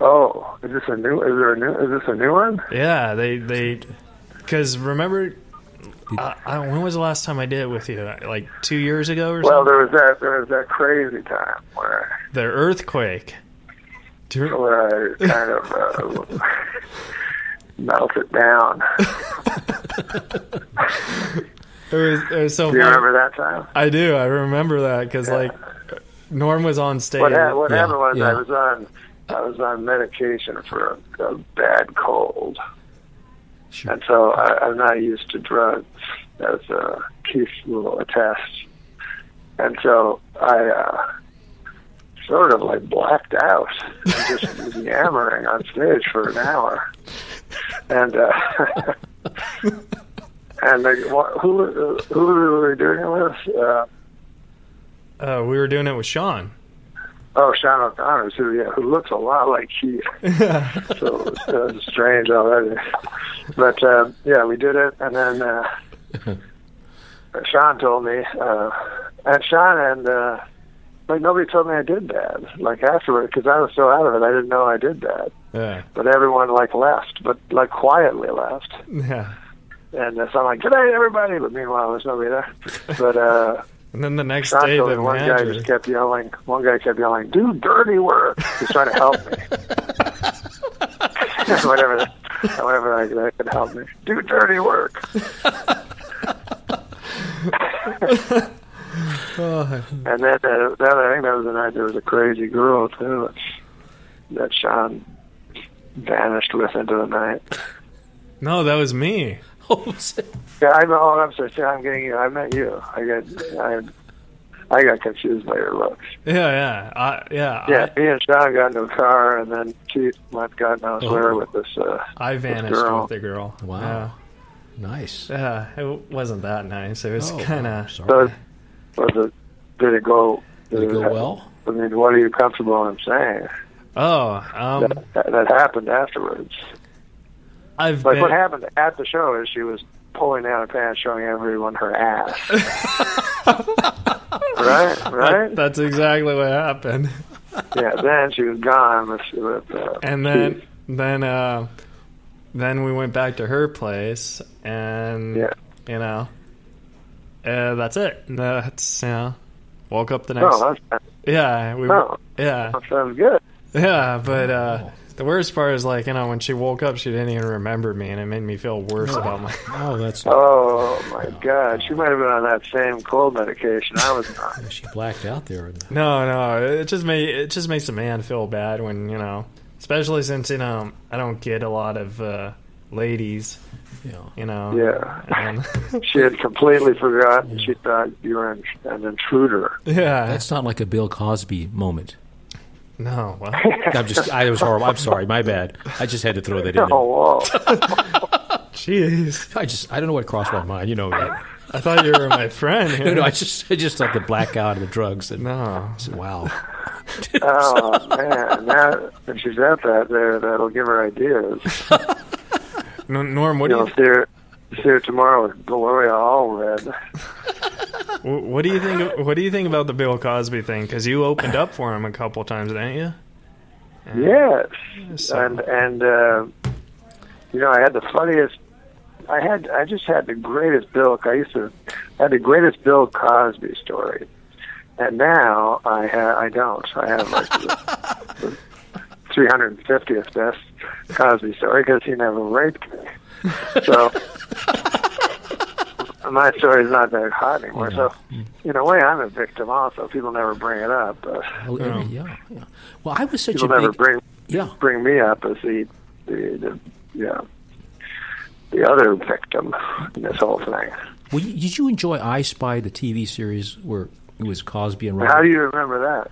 [SPEAKER 5] Oh, is this a new? Is there a new? Is this a new one?
[SPEAKER 3] Yeah, they they because remember, I, I, when was the last time I did it with you? Like two years ago or
[SPEAKER 5] Well,
[SPEAKER 3] something.
[SPEAKER 5] there was that. There was that crazy time where
[SPEAKER 3] The earthquake. Do you-
[SPEAKER 5] Oh. where I kind of uh, melted down.
[SPEAKER 3] It was, it was so
[SPEAKER 5] Do you
[SPEAKER 3] funny.
[SPEAKER 5] remember that time?
[SPEAKER 3] I do. I remember that because like Norm was on stage.
[SPEAKER 5] What, ha- what happened was
[SPEAKER 4] yeah.
[SPEAKER 5] I was on I was on medication for a, a bad cold,
[SPEAKER 4] Sure.
[SPEAKER 5] and so I, I'm not used to drugs. That was a Keith's little test, and so I uh, sort of like blacked out and just was yammering on stage for an hour, and. Uh, And they, wha- who who were we doing it with? Uh,
[SPEAKER 3] Uh, we were doing it with Sean.
[SPEAKER 5] Oh, Sean O'Connor, who yeah, who looks a lot like Keith. so it was, it was strange already. But um, yeah, we did it, and then uh, Sean told me, uh, and Sean and uh, like nobody told me I did that. Like afterward, because I was so out of it, I didn't know I did that.
[SPEAKER 3] Yeah,
[SPEAKER 5] But everyone like left, but like quietly left.
[SPEAKER 3] yeah.
[SPEAKER 5] And uh, so I'm like, good night, everybody. But meanwhile, there's nobody there. But uh,
[SPEAKER 3] And then the next
[SPEAKER 5] Not
[SPEAKER 3] day,
[SPEAKER 5] so
[SPEAKER 3] the
[SPEAKER 5] that one guy
[SPEAKER 3] manager.
[SPEAKER 5] just kept yelling. One guy kept yelling, "Do dirty work!" He's trying to help me. whatever, that- whatever I that could help me. Do dirty work. and then uh, the other thing that was the night there was a crazy girl too that Sean vanished with into the night.
[SPEAKER 3] No, that was me.
[SPEAKER 4] Holes.
[SPEAKER 5] Yeah, I'm all I'm so sorry. I'm getting you. I met you. I got I, I got confused by your looks.
[SPEAKER 3] Yeah, yeah, I, yeah.
[SPEAKER 5] Yeah, me and Sean got into a car, and then she went God
[SPEAKER 4] Oh.
[SPEAKER 5] knows where with this. Uh,
[SPEAKER 3] I, I vanished
[SPEAKER 5] This girl.
[SPEAKER 3] with the girl.
[SPEAKER 4] Wow. nice.
[SPEAKER 3] Yeah, yeah, it w- wasn't that nice. It was
[SPEAKER 4] Oh,
[SPEAKER 3] kind
[SPEAKER 4] I'm
[SPEAKER 3] of.
[SPEAKER 5] so,
[SPEAKER 4] sorry.
[SPEAKER 5] was it? Did it go? uh,
[SPEAKER 4] Did it go well?
[SPEAKER 5] I mean, what are you comfortable in saying?
[SPEAKER 3] Oh, um,
[SPEAKER 4] Mm.
[SPEAKER 5] That, that, that happened afterwards.
[SPEAKER 3] I've
[SPEAKER 5] Like
[SPEAKER 3] been.
[SPEAKER 5] what happened at the show is she was pulling down her pants, showing everyone her ass. right, right.
[SPEAKER 3] That's exactly what happened.
[SPEAKER 5] Yeah. Then she was gone with, with uh,
[SPEAKER 3] And then, then, uh, then we went back to her place, and
[SPEAKER 5] Yeah.
[SPEAKER 3] you know, uh, that's it. That's you know, woke up the next.
[SPEAKER 5] Oh, that's,
[SPEAKER 3] yeah, we.
[SPEAKER 5] oh,
[SPEAKER 3] Yeah,
[SPEAKER 5] that sounds good.
[SPEAKER 3] yeah, but uh, the worst part is like you know when she woke up, she didn't even remember me, and it made me feel worse about my.
[SPEAKER 4] Oh, that's
[SPEAKER 5] Oh my God, she might have been on that same cold medication I was on.
[SPEAKER 4] she blacked out there. And,
[SPEAKER 3] No, no, it just may it just makes a man feel bad when you know, especially since you know I don't get a lot of uh, ladies,
[SPEAKER 4] you know,
[SPEAKER 3] you know.
[SPEAKER 5] Yeah,
[SPEAKER 3] And,
[SPEAKER 5] she had completely forgotten. She thought you were an, an intruder.
[SPEAKER 3] yeah.
[SPEAKER 4] that's not like a Bill Cosby moment.
[SPEAKER 3] no. Well,
[SPEAKER 4] I'm just. I was horrible. I'm sorry. My bad. I just had to throw that in.
[SPEAKER 5] Oh,
[SPEAKER 4] There.
[SPEAKER 5] whoa.
[SPEAKER 3] jeez.
[SPEAKER 4] I just. I don't know what crossed my mind. You know. That.
[SPEAKER 3] I thought you were my friend. here.
[SPEAKER 4] No, no. I just. I just thought the blackout and the drugs and.
[SPEAKER 3] No.
[SPEAKER 4] Wow.
[SPEAKER 5] Oh man, now when she's at that there, that'll give her ideas.
[SPEAKER 3] No, Norm, what
[SPEAKER 5] You
[SPEAKER 3] do
[SPEAKER 5] know,
[SPEAKER 3] you
[SPEAKER 5] see her, see her tomorrow with Gloria all red.
[SPEAKER 3] wh- what do you think of- what do you think about the Bill Cosby thing? Because you opened up for him a couple times, didn't you?
[SPEAKER 5] Yes,
[SPEAKER 3] So-
[SPEAKER 5] and and uh, you know, I had the funniest. I had I just had the greatest Bill. I used to I had the greatest Bill Cosby story, and now I ha- I don't. I have like the three hundred fiftieth best Cosby story because he never raped me. So my story's not that hot anymore. So in a way, I'm a victim also. People never bring it up. Uh,
[SPEAKER 4] Well, every- Oh, yeah, yeah. Well, I was such
[SPEAKER 5] people
[SPEAKER 4] a
[SPEAKER 5] never
[SPEAKER 4] big.
[SPEAKER 5] bring
[SPEAKER 4] yeah.
[SPEAKER 5] bring me up as the the, the yeah the other victim in this whole thing.
[SPEAKER 4] Well, you- did you enjoy I Spy, the TV series where it was Cosby and
[SPEAKER 5] How
[SPEAKER 4] Robert?
[SPEAKER 5] do you remember that?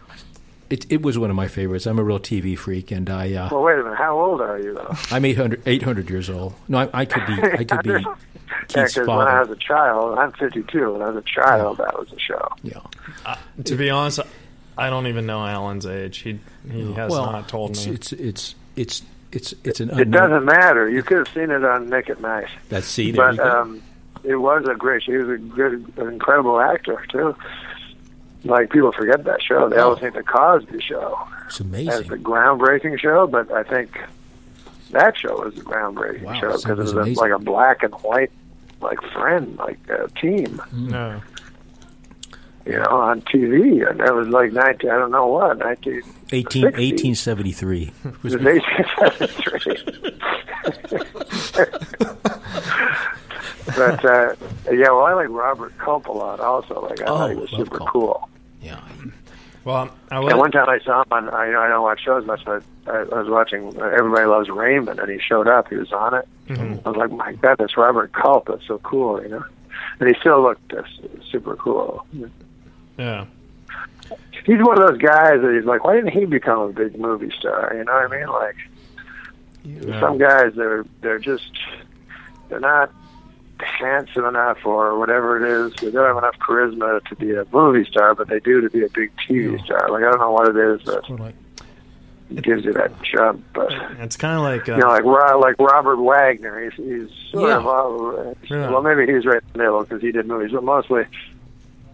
[SPEAKER 4] it, it was one of my favorites. I'm a real TV freak, and I uh,
[SPEAKER 5] Well, wait a minute. How old are you though?
[SPEAKER 4] I'm 800, 800 years old. No, I, I could be I could be Keith's
[SPEAKER 5] because when I
[SPEAKER 4] father.
[SPEAKER 5] was a child, I'm 52. When I was a child, that was a show.
[SPEAKER 4] Yeah.
[SPEAKER 3] To be honest, I don't even know Alan's age. He he has
[SPEAKER 4] well,
[SPEAKER 3] not told
[SPEAKER 4] it's,
[SPEAKER 3] me.
[SPEAKER 4] it's it's it's it's it's an
[SPEAKER 5] It
[SPEAKER 4] unknown.
[SPEAKER 5] doesn't matter. You could have seen it on Nick at Night.
[SPEAKER 4] That's see, there
[SPEAKER 5] But
[SPEAKER 4] you go.
[SPEAKER 5] um, it was a great. He was a good, an incredible actor too. Like people forget that show.
[SPEAKER 4] Oh.
[SPEAKER 5] They always think the Cosby Show.
[SPEAKER 4] it's
[SPEAKER 5] as the
[SPEAKER 4] amazing.
[SPEAKER 5] groundbreaking show, but I think that show was a groundbreaking
[SPEAKER 4] Wow,
[SPEAKER 5] show
[SPEAKER 4] that
[SPEAKER 5] because it was
[SPEAKER 4] sounds
[SPEAKER 5] a,
[SPEAKER 4] amazing.
[SPEAKER 5] like a black and white, like friend, like uh, team,
[SPEAKER 3] no.
[SPEAKER 5] you know, on TV, and that was like nineteen, I don't know what, nineteen,
[SPEAKER 4] 18, 1873.
[SPEAKER 5] it was eighteen seventy-three. but uh, yeah, well, I like Robert Culp a lot, also. Like I
[SPEAKER 4] Oh,
[SPEAKER 5] thought he was
[SPEAKER 4] love
[SPEAKER 5] super
[SPEAKER 4] Culp.
[SPEAKER 5] cool.
[SPEAKER 4] Yeah.
[SPEAKER 3] Well, I
[SPEAKER 5] And
[SPEAKER 3] was.
[SPEAKER 5] one time I saw him on, I, you know, I don't watch shows much, but I, I was watching uh, Everybody Loves Raymond, and he showed up. He was on it. I was like, my God, that's Robert Culp. That's so cool, you know? And he still looked uh, su- super cool.
[SPEAKER 3] Yeah.
[SPEAKER 5] He's one of those guys that he's like, why didn't he become a big movie star? You know what I mean? Like, some guys, they're, they're just, they're not handsome enough or whatever it is. They don't have enough charisma to be a movie star, but they do to be a big TV star. Like, I don't know what it is that
[SPEAKER 4] Sort of like-
[SPEAKER 5] gives you that jump, but...
[SPEAKER 3] It's kind of like. Uh,
[SPEAKER 5] you know, like Ro- like Robert Wagner. He's he's sort
[SPEAKER 4] Yeah.
[SPEAKER 5] of all,
[SPEAKER 3] Yeah.
[SPEAKER 5] well, maybe he's right in the middle because he did movies, but mostly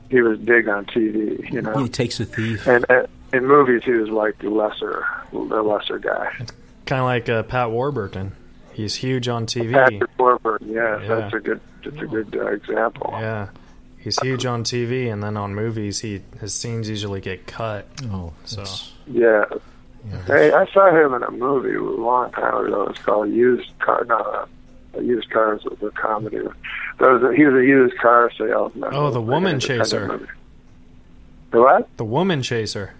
[SPEAKER 5] he was big on TV. You know,
[SPEAKER 4] he takes a thief.
[SPEAKER 5] and uh, in movies he was like the lesser the lesser guy.
[SPEAKER 3] kind of like uh, Pat Warburton. He's huge on TV.
[SPEAKER 5] Patrick Warburton, yeah,
[SPEAKER 3] Yeah.
[SPEAKER 5] that's a good that's a good uh, example.
[SPEAKER 3] Yeah, he's huge on TV, and then on movies, he his scenes usually get cut.
[SPEAKER 4] Oh,
[SPEAKER 3] So
[SPEAKER 4] that's-
[SPEAKER 5] Yeah. Hey, I saw him in a movie a long time ago. It was called Used Car. No, uh, Used Cars was a comedy. There was a, he was a used car salesman.
[SPEAKER 3] Oh, The Woman
[SPEAKER 5] Independent
[SPEAKER 3] Chaser.
[SPEAKER 5] movie. The what?
[SPEAKER 3] the Woman Chaser.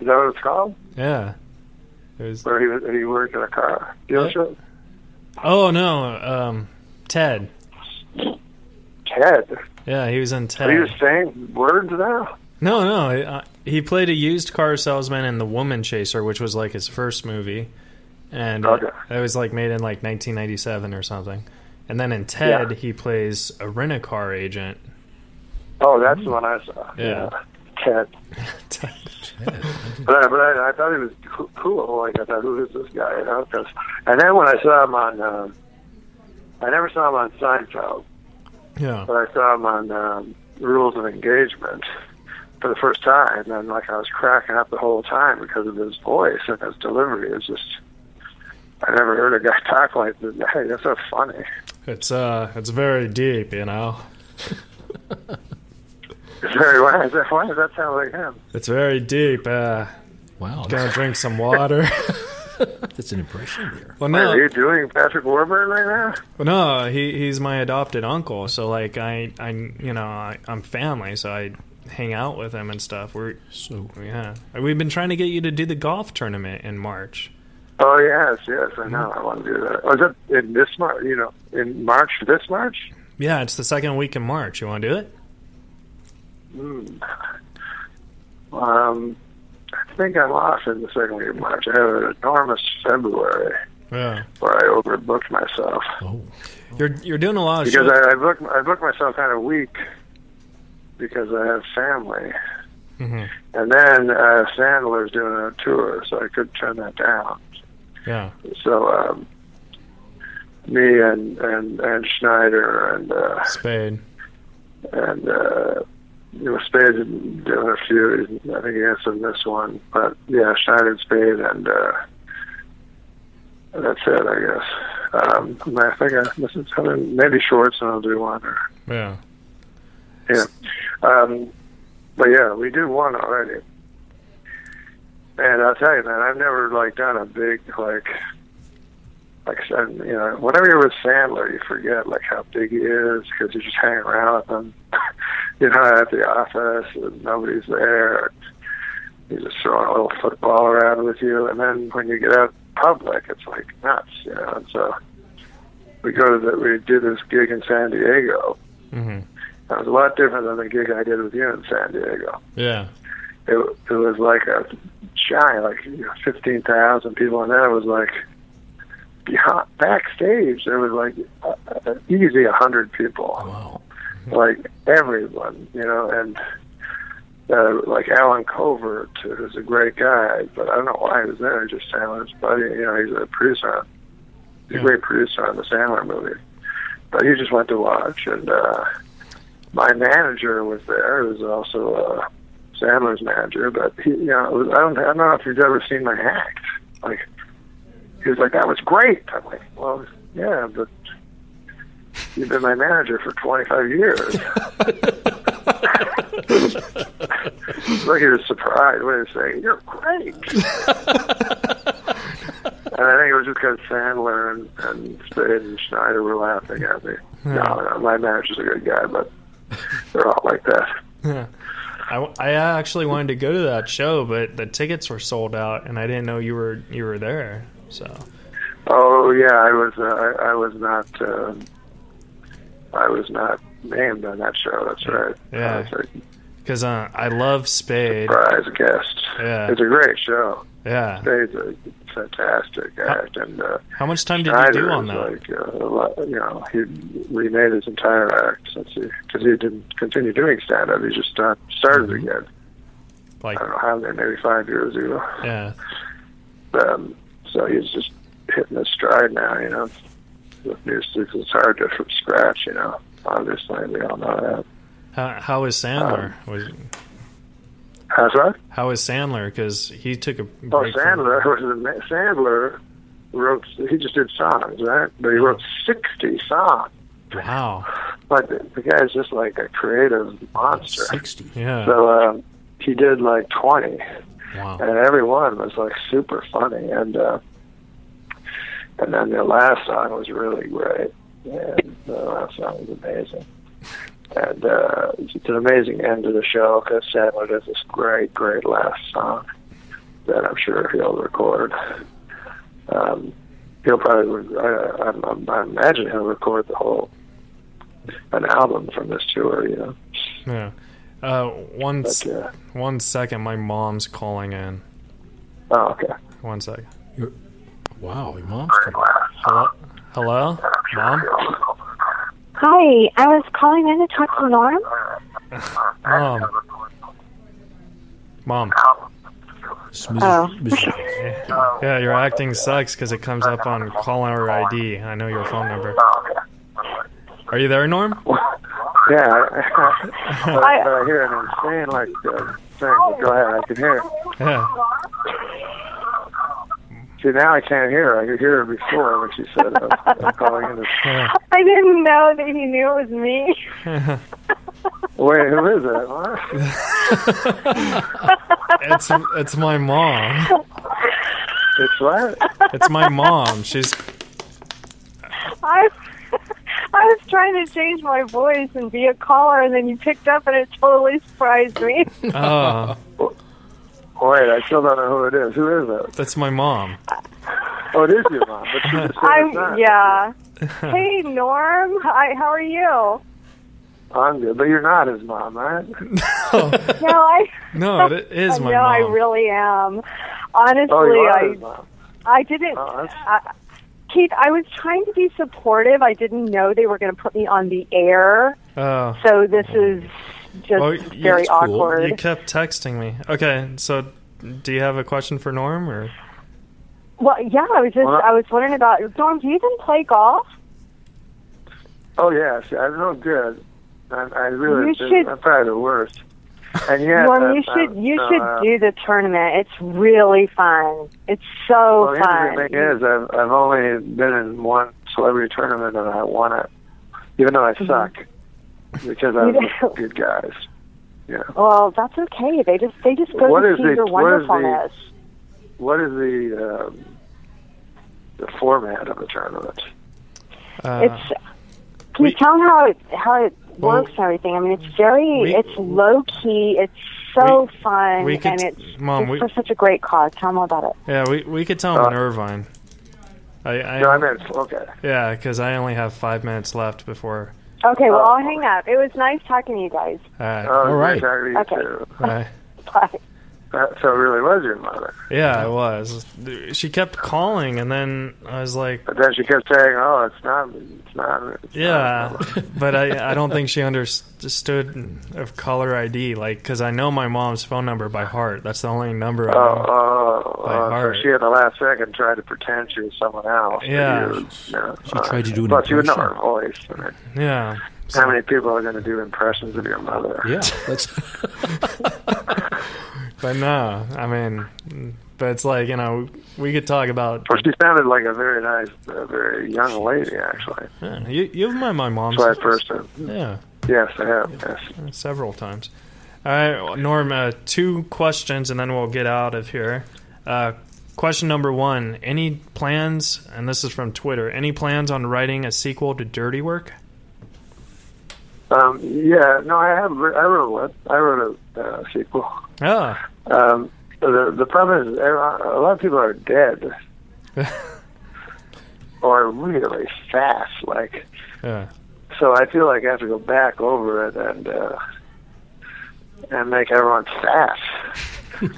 [SPEAKER 5] Is that what it's called?
[SPEAKER 3] Yeah. It was-
[SPEAKER 5] Where he was, he worked in a car dealership.
[SPEAKER 3] oh no, um, Ted.
[SPEAKER 5] Ted.
[SPEAKER 3] Yeah, Oh, he was in Ted.
[SPEAKER 5] Are you saying words now?
[SPEAKER 3] No, no. uh, He played a used car salesman in The Woman Chaser, which was like his first movie, and
[SPEAKER 5] Okay.
[SPEAKER 3] it was like made in like 1997 or something. And then in Ted, he plays a rent a car agent.
[SPEAKER 5] Oh, that's the one I saw.
[SPEAKER 3] Yeah.
[SPEAKER 5] Ted. But, I, but I, I thought he was coo- cool. Like I thought, who is this guy? You know, 'cause- and then when I saw him on, um, I never saw him on Seinfeld,
[SPEAKER 3] yeah,
[SPEAKER 5] but I saw him on um, Rules of Engagement for the first time, and like I was cracking up the whole time because of his voice and his delivery. It's just I never heard a guy talk like this. Hey, that's so funny.
[SPEAKER 3] it's uh, it's very deep, you know.
[SPEAKER 5] It's very why is that? Why does that sound like him?
[SPEAKER 3] It's very deep. Uh,
[SPEAKER 4] Wow,
[SPEAKER 3] gonna drink some water.
[SPEAKER 4] that's an impression there.
[SPEAKER 3] well,
[SPEAKER 5] Are
[SPEAKER 3] no,
[SPEAKER 5] you doing Patrick Warburton right now?
[SPEAKER 3] well, no. He he's my adopted uncle, so like I I you know I, I'm family, so I hang out with him and stuff. We're
[SPEAKER 4] So
[SPEAKER 3] Yeah, we've been trying to get you to do the golf tournament in March.
[SPEAKER 5] Oh yes, yes, I know. I want to do that. Was it in this March? You know, in March this March?
[SPEAKER 3] Yeah, it's the second week in March. You want to do it?
[SPEAKER 5] Um, I think I'm off in the second week of March. I have an enormous February
[SPEAKER 3] Yeah.
[SPEAKER 5] where I overbooked myself
[SPEAKER 4] oh,
[SPEAKER 3] You're you're doing a lot of
[SPEAKER 5] because
[SPEAKER 3] shit.
[SPEAKER 5] I, I booked I booked myself kind of weak because I have family,
[SPEAKER 3] Mhm.
[SPEAKER 5] and then uh, Sandler's doing a tour, so I could turn that down.
[SPEAKER 3] Yeah.
[SPEAKER 5] So um, me and and and Schneider and. Uh,
[SPEAKER 3] Spade.
[SPEAKER 5] and uh, you know, Spade did a few. I think he answered this one, but yeah, Schneider, Spade, and uh, that's it, I guess. Um, and I think I this is something- maybe Schwartz and I'll do one. Or,
[SPEAKER 3] Yeah.
[SPEAKER 5] yeah, um, but yeah, we did one already. And I'll tell you, man, I've never like done a big like. Like I said, you know, whenever you're with Sandler, you forget like how big he is because you just hang around with him. you know, at the office, and nobody's there. You're just throwing a little football around with you, and then when you get out in public, it's like nuts, you know. And so we go to the, we do this gig in San Diego.
[SPEAKER 3] Mhm.
[SPEAKER 5] That was a lot different than the gig I did with you in San Diego.
[SPEAKER 3] Yeah.
[SPEAKER 5] It, it was like a giant, like you know, fifteen thousand people, and then it was like behind, backstage. There was like uh, uh, easy a hundred people Mm-hmm.
[SPEAKER 4] wow,
[SPEAKER 5] like everyone, you know, and uh, like Alan Covert, who's a great guy, but I don't know why he was there. Just Sandler's buddy, you know, he's a producer. on- He's a great producer on the Sandler movie, but he just went to watch. And uh, my manager was there, who's also uh, Sandler's manager, but he, you know, it was, I don't, I don't know if you've ever seen my act. Like he was like, "That was great." I'm like, "Well, yeah, but." You've been my manager for 25 years. Look, he was surprised. What did he say? You're great. and I think it was just because Sandler and, and Spade and Schneider were laughing at me. No, no, my manager's a good guy, but they're all like that.
[SPEAKER 3] I, w- I actually wanted to go to that show, but the tickets were sold out, and I didn't know you were you were there. So
[SPEAKER 5] Oh yeah, I was. Uh, I, I was not. Um, I was not named on that show. That's right.
[SPEAKER 3] Yeah.
[SPEAKER 5] I was
[SPEAKER 3] because uh, I love
[SPEAKER 5] a
[SPEAKER 3] Spade.
[SPEAKER 5] prize guest.
[SPEAKER 3] Yeah.
[SPEAKER 5] It's a great show.
[SPEAKER 3] Yeah.
[SPEAKER 5] Spade's a fantastic act, and uh,
[SPEAKER 3] How much time did you
[SPEAKER 5] Schneider
[SPEAKER 3] do on
[SPEAKER 5] is
[SPEAKER 3] that?
[SPEAKER 5] like uh, a lot- you know he remade his entire act since he because he didn't continue doing stand up. He just start, started
[SPEAKER 3] Mm-hmm.
[SPEAKER 5] again.
[SPEAKER 3] Like,
[SPEAKER 5] I don't know how many, maybe five years ago.
[SPEAKER 3] yeah.
[SPEAKER 5] Um, so he's just hitting his stride now. You know, with new stuff, it's hard to from scratch. You know, obviously we all know that.
[SPEAKER 3] How, how is Sandler?
[SPEAKER 5] Um,
[SPEAKER 3] Was
[SPEAKER 5] How's that?
[SPEAKER 3] how is Sandler? Because he took a
[SPEAKER 5] Oh,
[SPEAKER 3] break. from-
[SPEAKER 5] Sandler was a, Sandler wrote. He just did songs, right? But he wrote sixty songs.
[SPEAKER 3] Wow.
[SPEAKER 5] But the, the guy's just like a creative monster.
[SPEAKER 4] sixty.
[SPEAKER 3] Yeah.
[SPEAKER 5] So uh, um, he did like 20,
[SPEAKER 3] Wow.
[SPEAKER 5] and every one was like super funny. And uh, and then the last song was really great. And the last song was amazing. And uh, it's an amazing end to the show because Sandler does this great, great last song that I'm sure he'll record. Um, he'll probably. I, I, I imagine he'll record the whole an album from this tour. You know.
[SPEAKER 3] Yeah. Uh, one,
[SPEAKER 5] But,
[SPEAKER 3] s-
[SPEAKER 5] uh,
[SPEAKER 3] one second. My mom's calling in.
[SPEAKER 5] oh, okay.
[SPEAKER 3] One second.
[SPEAKER 4] Wow, your mom's coming.
[SPEAKER 3] Hello? Hello? Mom?
[SPEAKER 6] Hi, I was calling in to talk to Norm.
[SPEAKER 3] Mom. Mom.
[SPEAKER 4] It's Mrs.
[SPEAKER 6] Oh.
[SPEAKER 4] Mrs.
[SPEAKER 3] Yeah, your acting sucks because it comes up on caller ID. I know your phone number.
[SPEAKER 5] Oh,
[SPEAKER 3] Are you there, Norm?
[SPEAKER 5] Yeah, I, but, uh, I, but I hear it. I'm saying like uh, saying, go ahead. I can hear. It.
[SPEAKER 3] Yeah.
[SPEAKER 5] See now I can't hear. Her. I could hear her before when she said uh, I'm calling in. This.
[SPEAKER 6] I didn't know that he knew it was me.
[SPEAKER 5] Wait, who is it? What?
[SPEAKER 3] It's it's my mom.
[SPEAKER 5] It's what?
[SPEAKER 3] It's my mom. She's
[SPEAKER 6] I I was trying to change my voice and be a caller, and then you picked up, and it totally surprised me.
[SPEAKER 3] oh,
[SPEAKER 5] Wait, I still don't know who it is. Who is it?
[SPEAKER 3] that's my mom.
[SPEAKER 5] Oh, it is your mom. But she just said it's
[SPEAKER 6] I'm
[SPEAKER 5] not.
[SPEAKER 6] yeah. Hey Norm, hi. How are you?
[SPEAKER 5] I'm good, but you're not his mom, right?
[SPEAKER 6] No, I
[SPEAKER 3] No, it is
[SPEAKER 6] no,
[SPEAKER 3] my
[SPEAKER 6] I
[SPEAKER 3] mom.
[SPEAKER 6] really am. Honestly,
[SPEAKER 5] Oh, you are
[SPEAKER 6] I
[SPEAKER 5] his mom.
[SPEAKER 6] I didn't.
[SPEAKER 5] Oh, that's-
[SPEAKER 6] I, Keith, I was trying to be supportive. I didn't know they were going to put me on the air,
[SPEAKER 3] Oh,
[SPEAKER 6] so this is just
[SPEAKER 3] Well, you-
[SPEAKER 6] very
[SPEAKER 3] Oh, it's cool.
[SPEAKER 6] awkward.
[SPEAKER 3] you kept texting me. Okay, so do you have a question for Norm or?
[SPEAKER 6] Well, yeah, I was just
[SPEAKER 5] Well,
[SPEAKER 6] I was wondering about Norm. Do you even play golf?
[SPEAKER 5] Oh yeah, see, I'm no good. I, I really,
[SPEAKER 6] You should-
[SPEAKER 5] I'm probably the worst. And yet,
[SPEAKER 6] Norm,
[SPEAKER 5] uh,
[SPEAKER 6] you
[SPEAKER 5] uh,
[SPEAKER 6] should you
[SPEAKER 5] uh,
[SPEAKER 6] should do the tournament. It's really fun. It's so
[SPEAKER 5] Well, here's the
[SPEAKER 6] fun.
[SPEAKER 5] thing is, I've, I've only been in one celebrity tournament and I won it, even though I suck, because I'm with good guys.
[SPEAKER 6] Well, that's okay. They just they just go
[SPEAKER 5] What
[SPEAKER 6] to
[SPEAKER 5] is
[SPEAKER 6] see
[SPEAKER 5] the-
[SPEAKER 6] your
[SPEAKER 5] what is the-
[SPEAKER 6] wonderfulness.
[SPEAKER 5] What is the um, the format of the tournament?
[SPEAKER 3] Uh,
[SPEAKER 6] It's can
[SPEAKER 3] we-
[SPEAKER 6] you tell them how it how it
[SPEAKER 3] Well,
[SPEAKER 6] works and everything? I mean, it's very
[SPEAKER 3] we-
[SPEAKER 6] it's low key. It's so
[SPEAKER 3] we-
[SPEAKER 6] fun,
[SPEAKER 3] we could-
[SPEAKER 6] and it's
[SPEAKER 3] Mom,
[SPEAKER 6] it's
[SPEAKER 3] we-
[SPEAKER 6] for such a great cause. Tell them all about it.
[SPEAKER 3] yeah, we we could tell him
[SPEAKER 5] Uh,
[SPEAKER 3] in Irvine. I, I
[SPEAKER 5] No, I meant okay.
[SPEAKER 3] yeah, because I only have five minutes left before. uh,
[SPEAKER 6] Okay, well,
[SPEAKER 5] Oh.
[SPEAKER 6] I'll hang up. It was nice talking to you guys.
[SPEAKER 3] All right,
[SPEAKER 5] Oh,
[SPEAKER 6] Uh.
[SPEAKER 5] All
[SPEAKER 4] right.
[SPEAKER 6] Okay.
[SPEAKER 3] all right.
[SPEAKER 6] Bye.
[SPEAKER 5] so it really was your mother.
[SPEAKER 3] Yeah, I was. She kept calling, and then I was like,
[SPEAKER 5] But then she kept saying, "Oh, it's not, it's not." It's
[SPEAKER 3] Yeah,
[SPEAKER 5] not.
[SPEAKER 3] but I, I don't think she understood of caller ID, like, because I know my mom's phone number by heart. That's the only number I
[SPEAKER 5] Oh,
[SPEAKER 6] Uh.
[SPEAKER 3] know.
[SPEAKER 5] oh,
[SPEAKER 3] By
[SPEAKER 5] oh,
[SPEAKER 3] heart.
[SPEAKER 5] so she at the last second tried to pretend she was someone else. but
[SPEAKER 3] Yeah.
[SPEAKER 5] you- uh, no,
[SPEAKER 4] She tried to do an
[SPEAKER 5] Plus, you would know her
[SPEAKER 4] impression.
[SPEAKER 5] voice. I mean,
[SPEAKER 3] Yeah.
[SPEAKER 5] How many people are going to do impressions of your mother?
[SPEAKER 4] Yeah, that's
[SPEAKER 3] But no, I mean, but it's like, you know, we could talk about.
[SPEAKER 5] Well, she sounded like a very nice, uh, very young lady, actually.
[SPEAKER 3] Yeah, uh, you, you've met my mom's.
[SPEAKER 5] That's why first, uh,
[SPEAKER 3] Yeah,
[SPEAKER 5] yes, I have. Yes.
[SPEAKER 3] several times. All right, Norm, uh, two questions, and then we'll get out of here. Uh, question number one Any plans, and this is from Twitter, any plans on writing a sequel to Dirty Work?
[SPEAKER 5] Um, yeah, no, I have. wr- I wrote one. I wrote a uh, sequel.
[SPEAKER 3] Oh,
[SPEAKER 5] Um, the the problem is, uh, a lot of people are dead, or really fast. Like
[SPEAKER 3] yeah.
[SPEAKER 5] So I feel like I have to go back over it and uh, and make everyone fat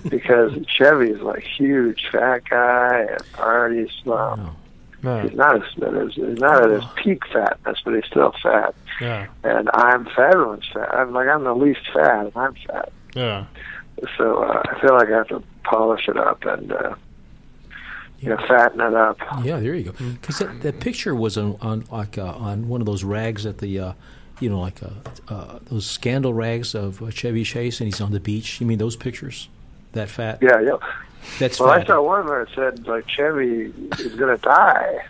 [SPEAKER 5] because Chevy's like huge fat guy and Artie's um,
[SPEAKER 3] yeah.
[SPEAKER 5] he's not as fit as he's not at his peak fatness, but he's still fat.
[SPEAKER 3] Yeah,
[SPEAKER 5] And I'm fat, everyone's fat. I'm like I'm the least fat, and I'm fat.
[SPEAKER 3] yeah,
[SPEAKER 5] So uh, I feel like I have to polish it up and uh, you know fatten it up.
[SPEAKER 4] yeah. There you go. Because that, that picture was on, on like uh, on one of those rags at the, uh, you know, like uh, uh, those scandal rags of uh, Chevy Chase, and he's on the beach. You mean those pictures? That fat?
[SPEAKER 5] Yeah, yeah.
[SPEAKER 4] That's
[SPEAKER 5] Well, I
[SPEAKER 4] fat.
[SPEAKER 5] saw one where it said like Chevy is gonna die.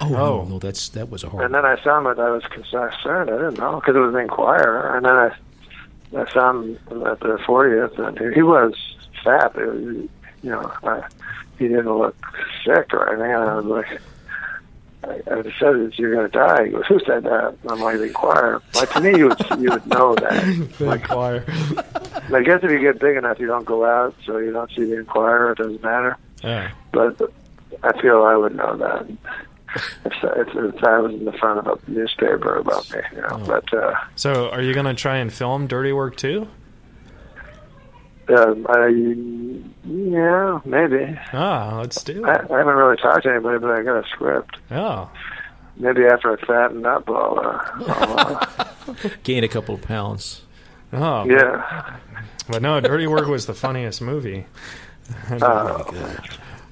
[SPEAKER 4] oh,
[SPEAKER 3] Oh.
[SPEAKER 4] No, no, that's that was a
[SPEAKER 5] And
[SPEAKER 4] horrible.
[SPEAKER 5] then I saw him, and I was concerned. I didn't know because it was an Inquirer. And then I, I saw him at the 40th, and he- he was fat. It was, you know, I, he didn't look sick or anything. And I was like, I, I just said, "Is you're going to die." He goes, "Who said that?" And I'm like, "The Inquirer." Like to me, you would you would know that.
[SPEAKER 3] like choir.
[SPEAKER 5] And I guess if you get big enough, you don't go out, so you don't see the Inquirer. It doesn't matter.
[SPEAKER 3] Yeah,
[SPEAKER 5] But I feel I would know that if, if, if I was in the front of a newspaper about me. You know, but uh,
[SPEAKER 3] So, are you gonna try and film Dirty Work too?
[SPEAKER 5] um, I, yeah, maybe.
[SPEAKER 3] Ah, let's do
[SPEAKER 5] I, I
[SPEAKER 3] it.
[SPEAKER 5] haven't really talked to anybody, but I got a script.
[SPEAKER 3] Oh,
[SPEAKER 5] Maybe after I fatten up, I'll, uh, I'll, uh,
[SPEAKER 7] Gain a couple of pounds.
[SPEAKER 3] oh,
[SPEAKER 5] yeah,
[SPEAKER 3] But no, Dirty Work was the funniest movie.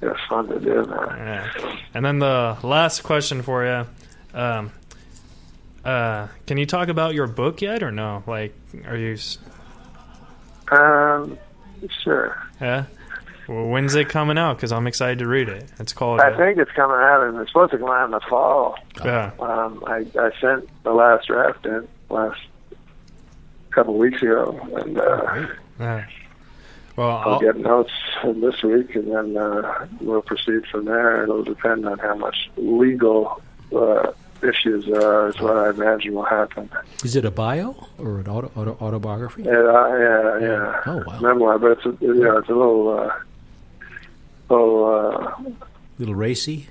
[SPEAKER 5] it's fun to do that.
[SPEAKER 3] Yeah. And then the last question for you: um, uh, Can you talk about your book yet, or no? Like, are you? s-
[SPEAKER 5] Um, sure.
[SPEAKER 3] Yeah. Well, when's it coming out? Because I'm excited to read it. It's called.
[SPEAKER 5] I think it's coming out, and it's supposed to come out in the fall.
[SPEAKER 3] Yeah.
[SPEAKER 5] Um, I, I sent the last draft in last couple weeks ago, and uh,
[SPEAKER 3] yeah. Well,
[SPEAKER 5] I'll
[SPEAKER 3] I'll,
[SPEAKER 5] get notes this week, and then uh, we'll proceed from there. It'll depend on how much legal uh, issues uh, is what I imagine will happen.
[SPEAKER 4] Is it a bio or an auto, auto, autobiography?
[SPEAKER 5] Yeah, uh, yeah, yeah.
[SPEAKER 4] Oh, wow.
[SPEAKER 5] Memoir, but it's a, you know, it's a little, uh, little
[SPEAKER 4] little racy.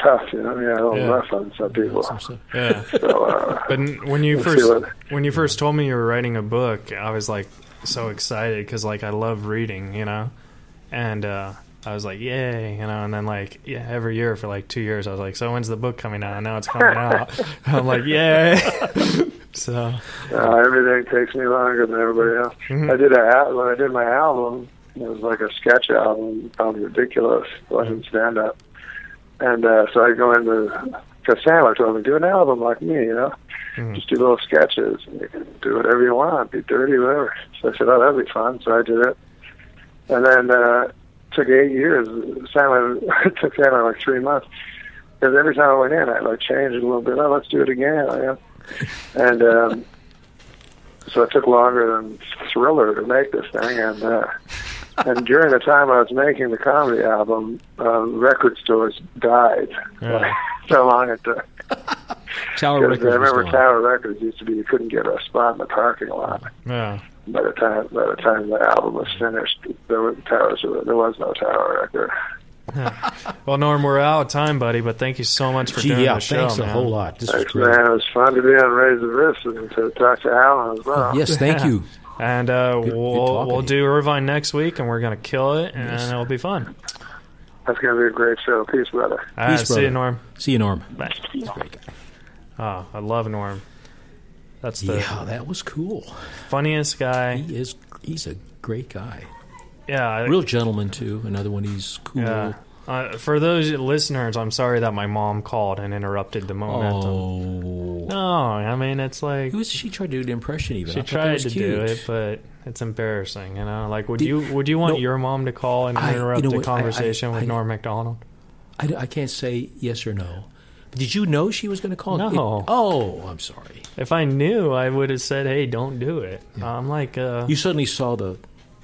[SPEAKER 5] uh, tough, you know, yeah, a little
[SPEAKER 3] Yeah.
[SPEAKER 5] rough on some people.
[SPEAKER 4] Some stuff.
[SPEAKER 3] yeah.
[SPEAKER 5] So, uh,
[SPEAKER 3] But n- when you
[SPEAKER 5] Let's
[SPEAKER 3] first
[SPEAKER 5] see what-
[SPEAKER 3] when you first told me you were writing a book, I was like so excited because like I love reading, you know, and uh, I was like, yay, you know, and then like yeah, every year for like two years, I was like, so when's the book coming out? And now it's coming out. I'm like, yay. so
[SPEAKER 5] Uh, everything takes me longer than everybody else.
[SPEAKER 3] Mhm.
[SPEAKER 5] I did a al- when I did my album, it was like a sketch album, sounded ridiculous, wasn't stand up. And uh, so I go into because Sandler told me do an album like me, you know, just do little sketches, and you can do whatever you want, be dirty, whatever. So I said, oh, that'd be fun. So I did it, and then uh, took eight years. Sandler it took Sandler like three months. Because every time I went in, I like changed a little bit. Oh, let's do it again. You know? And um, so it took longer than Thriller to make this thing, and uh, and during the time I was making the comedy album, um, record stores died.
[SPEAKER 3] Yeah.
[SPEAKER 5] so long it took.
[SPEAKER 7] Tower
[SPEAKER 5] 'Cause I
[SPEAKER 7] Records. was
[SPEAKER 5] remember
[SPEAKER 7] gone.
[SPEAKER 5] Tower Records used to be you couldn't get a spot in the parking lot.
[SPEAKER 3] yeah,
[SPEAKER 5] By the time by the time the album was finished, there were towers. There was no Tower Record.
[SPEAKER 3] well, Norm, we're out of time, buddy. But thank you so much for
[SPEAKER 4] Gee,
[SPEAKER 3] doing
[SPEAKER 4] yeah,
[SPEAKER 3] the show.
[SPEAKER 4] thanks a
[SPEAKER 3] man.
[SPEAKER 4] whole lot. This was
[SPEAKER 5] Thanks,
[SPEAKER 4] great.
[SPEAKER 5] man. It was fun to be on Raise the Riffs and to talk to Alan as well.
[SPEAKER 4] Yes, thank
[SPEAKER 3] Yeah.
[SPEAKER 4] you.
[SPEAKER 3] And uh,
[SPEAKER 4] Good- good
[SPEAKER 3] we'll
[SPEAKER 4] talking
[SPEAKER 3] we'll
[SPEAKER 4] to you.
[SPEAKER 3] do Irvine next week, and we're gonna kill it, and it'll be fun.
[SPEAKER 5] That's gonna be a great show. Peace, brother.
[SPEAKER 3] All right,
[SPEAKER 4] Peace,
[SPEAKER 3] see you,
[SPEAKER 4] brother.
[SPEAKER 3] Norm.
[SPEAKER 4] See you, Norm.
[SPEAKER 3] Oh, I love Norm. That's the
[SPEAKER 4] Yeah, that was cool.
[SPEAKER 3] funniest guy.
[SPEAKER 4] He is. He's a great guy.
[SPEAKER 3] Yeah, I-
[SPEAKER 4] Real gentleman too. Another one. He's cool.
[SPEAKER 3] Yeah. Uh, for those listeners, I'm sorry that my mom called and interrupted the momentum.
[SPEAKER 4] Oh.
[SPEAKER 3] No, I mean it's like
[SPEAKER 4] It was, she tried to do an impression even. I
[SPEAKER 3] she
[SPEAKER 4] thought that
[SPEAKER 3] tried
[SPEAKER 4] was
[SPEAKER 3] to
[SPEAKER 4] cute.
[SPEAKER 3] do it, but it's embarrassing, you know. Like, would
[SPEAKER 4] Did-
[SPEAKER 3] you would you want
[SPEAKER 4] no.
[SPEAKER 3] your mom to call and
[SPEAKER 4] I- you
[SPEAKER 3] interrupt
[SPEAKER 4] know
[SPEAKER 3] a
[SPEAKER 4] what, I- I-
[SPEAKER 3] conversation with
[SPEAKER 4] I-
[SPEAKER 3] Norm Macdonald?
[SPEAKER 4] I, I can't say yes or no. Did you know she was going to call?
[SPEAKER 3] No.
[SPEAKER 4] It- oh, I'm sorry.
[SPEAKER 3] If I knew, I would have said, "Hey, don't do it." I'm like, uh,
[SPEAKER 4] You suddenly saw the,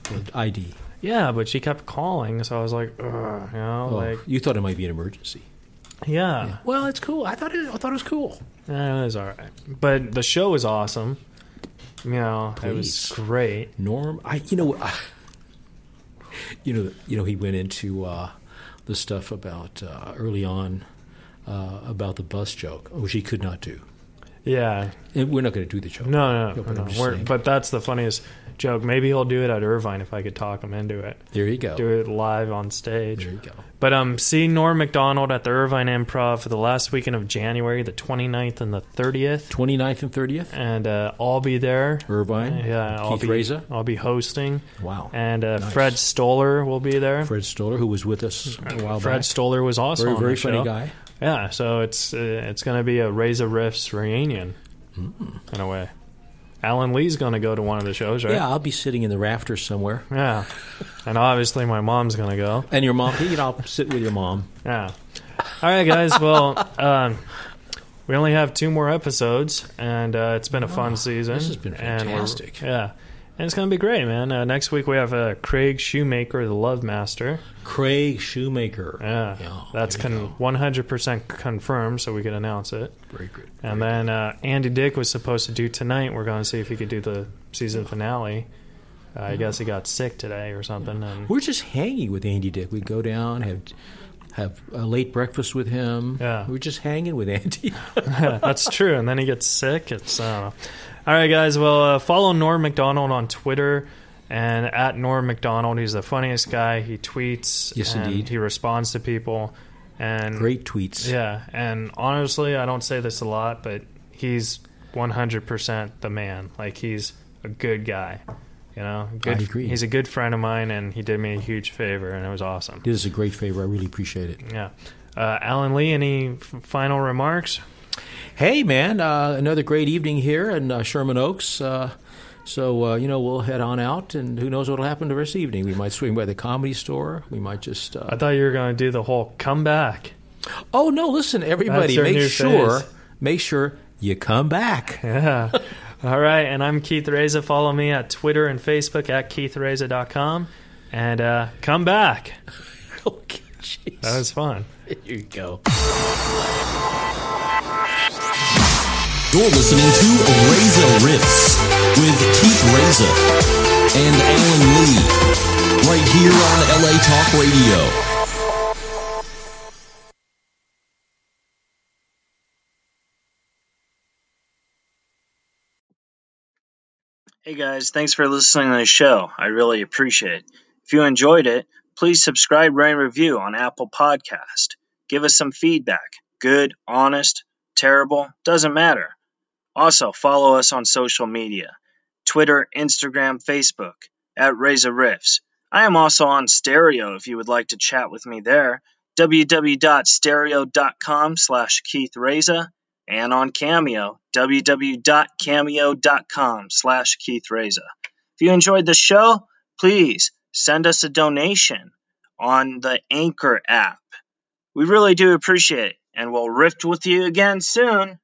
[SPEAKER 4] the ID.
[SPEAKER 3] yeah, but she kept calling, so I was like, Ugh, you know,
[SPEAKER 4] Oh,
[SPEAKER 3] like,
[SPEAKER 4] you thought it might be an emergency.
[SPEAKER 3] yeah,
[SPEAKER 4] Well, it's cool. I thought it. I thought it was cool.
[SPEAKER 3] yeah, it was all right. But the show was awesome. You know, it was
[SPEAKER 4] Please.
[SPEAKER 3] great.
[SPEAKER 4] Norm, I you know, I, you know, you know, he went into uh, the stuff about uh, early on uh, about the bus joke, which he could not do.
[SPEAKER 3] Yeah,
[SPEAKER 4] And we're not going to do the joke.
[SPEAKER 3] No, no,
[SPEAKER 4] No,
[SPEAKER 3] no.
[SPEAKER 4] but
[SPEAKER 3] no,
[SPEAKER 4] I'm just
[SPEAKER 3] We're-
[SPEAKER 4] saying.
[SPEAKER 3] but that's the funniest joke. Maybe he'll do it at Irvine if I could talk him into it.
[SPEAKER 4] There you go.
[SPEAKER 3] Do it live on stage.
[SPEAKER 4] Oh. There you go.
[SPEAKER 3] But um, see Norm McDonald at the Irvine Improv for the last weekend of January, the 29th and the 30th,
[SPEAKER 4] 29th and 30th,
[SPEAKER 3] and uh, I'll be there.
[SPEAKER 4] Irvine.
[SPEAKER 3] Yeah, I'll
[SPEAKER 4] Keith
[SPEAKER 3] be.
[SPEAKER 4] Reza.
[SPEAKER 3] I'll be hosting.
[SPEAKER 4] Wow.
[SPEAKER 3] And uh,
[SPEAKER 4] Nice.
[SPEAKER 3] Fred Stoller will be there.
[SPEAKER 4] Fred Stoller, who was with us a while
[SPEAKER 3] Fred
[SPEAKER 4] back.
[SPEAKER 3] Stoller was also
[SPEAKER 4] very,
[SPEAKER 3] on
[SPEAKER 4] very
[SPEAKER 3] the
[SPEAKER 4] funny
[SPEAKER 3] show.
[SPEAKER 4] guy.
[SPEAKER 3] Yeah, so it's uh, it's going to be a Razor Riffs reunion in a way. Alan Lee's going to go to one of the shows, right?
[SPEAKER 4] Yeah, I'll be sitting in the rafters somewhere.
[SPEAKER 3] Yeah. And obviously my mom's going to go.
[SPEAKER 4] And your mom, you know, I'll sit with your mom.
[SPEAKER 3] Yeah. All right, guys. Well, um, we only have two more episodes, and uh, it's been a fun season.
[SPEAKER 4] Oh, this has been
[SPEAKER 3] and we're-
[SPEAKER 4] fantastic.
[SPEAKER 3] yeah. And it's going to be great, man. Uh, next week we have uh, Craig Shoemaker, the Love Master.
[SPEAKER 4] Craig Shoemaker.
[SPEAKER 3] Yeah. That's
[SPEAKER 4] there you
[SPEAKER 3] con- 100% confirmed, so we could announce it.
[SPEAKER 4] go. very good.
[SPEAKER 3] And then uh, Andy Dick was supposed to do tonight. We're going to see if he could do the season finale.
[SPEAKER 4] Hmm.
[SPEAKER 3] Uh, I guess he got sick today or something. And
[SPEAKER 4] We're just hanging with Andy Dick. We go down, have have a late breakfast with him.
[SPEAKER 3] Yeah.
[SPEAKER 4] We We're just hanging with Andy.
[SPEAKER 3] That's true. And then he gets sick. It's I don't know. all right, guys. Well, uh, follow Norm McDonald on Twitter and at Norm McDonald. He's the funniest guy. He tweets.
[SPEAKER 4] Yes,
[SPEAKER 3] and
[SPEAKER 4] indeed.
[SPEAKER 3] He responds to people. And
[SPEAKER 4] Great tweets.
[SPEAKER 3] Yeah, and honestly, I don't say this a lot, but he's 100% the man. Like he's a good guy. You know, good,
[SPEAKER 4] I agree.
[SPEAKER 3] He's a good friend of mine, and he did me a huge favor, and it was awesome.
[SPEAKER 4] This is a great favor. I really appreciate it.
[SPEAKER 3] Yeah. Uh, Alan Lee, any f- final remarks?
[SPEAKER 4] Hey, man, uh, another great evening here in uh, Sherman Oaks. Uh, so, uh, you know, we'll head on out, and who knows what will happen to this evening. We might swing by the comedy store. We might just. Uh,
[SPEAKER 3] I thought you were going to do the whole comeback.
[SPEAKER 4] oh, no, listen,
[SPEAKER 3] That's
[SPEAKER 4] everybody,
[SPEAKER 3] their new
[SPEAKER 4] make sure,
[SPEAKER 3] phase.
[SPEAKER 4] make sure you come back.
[SPEAKER 3] Yeah. All right. And I'm Keith Reza. Follow me at Twitter and Facebook at KeithReza.com. And uh, come back.
[SPEAKER 4] okay, jeez.
[SPEAKER 3] That was fun.
[SPEAKER 4] Here you go.
[SPEAKER 2] You're listening to Reza Riffs with Keith Reza and Alan Lee, right here on LA Talk Radio.
[SPEAKER 8] Hey guys, thanks for listening to the show. I really appreciate it. If you enjoyed it, please subscribe, rate, and review on Apple Podcast. Give us some feedback. Good, honest, terrible, doesn't matter. Also, follow us on social media. Twitter, Instagram, Facebook, at Razor Riffs. I am also on Stereo if you would like to chat with me there. www.stereo.com slash Keith Reza and on Cameo, www.cameo.com slash Keith Reza. If you enjoyed the show, please send us a donation on the Anchor app. We really do appreciate it, and we'll rift with you again soon.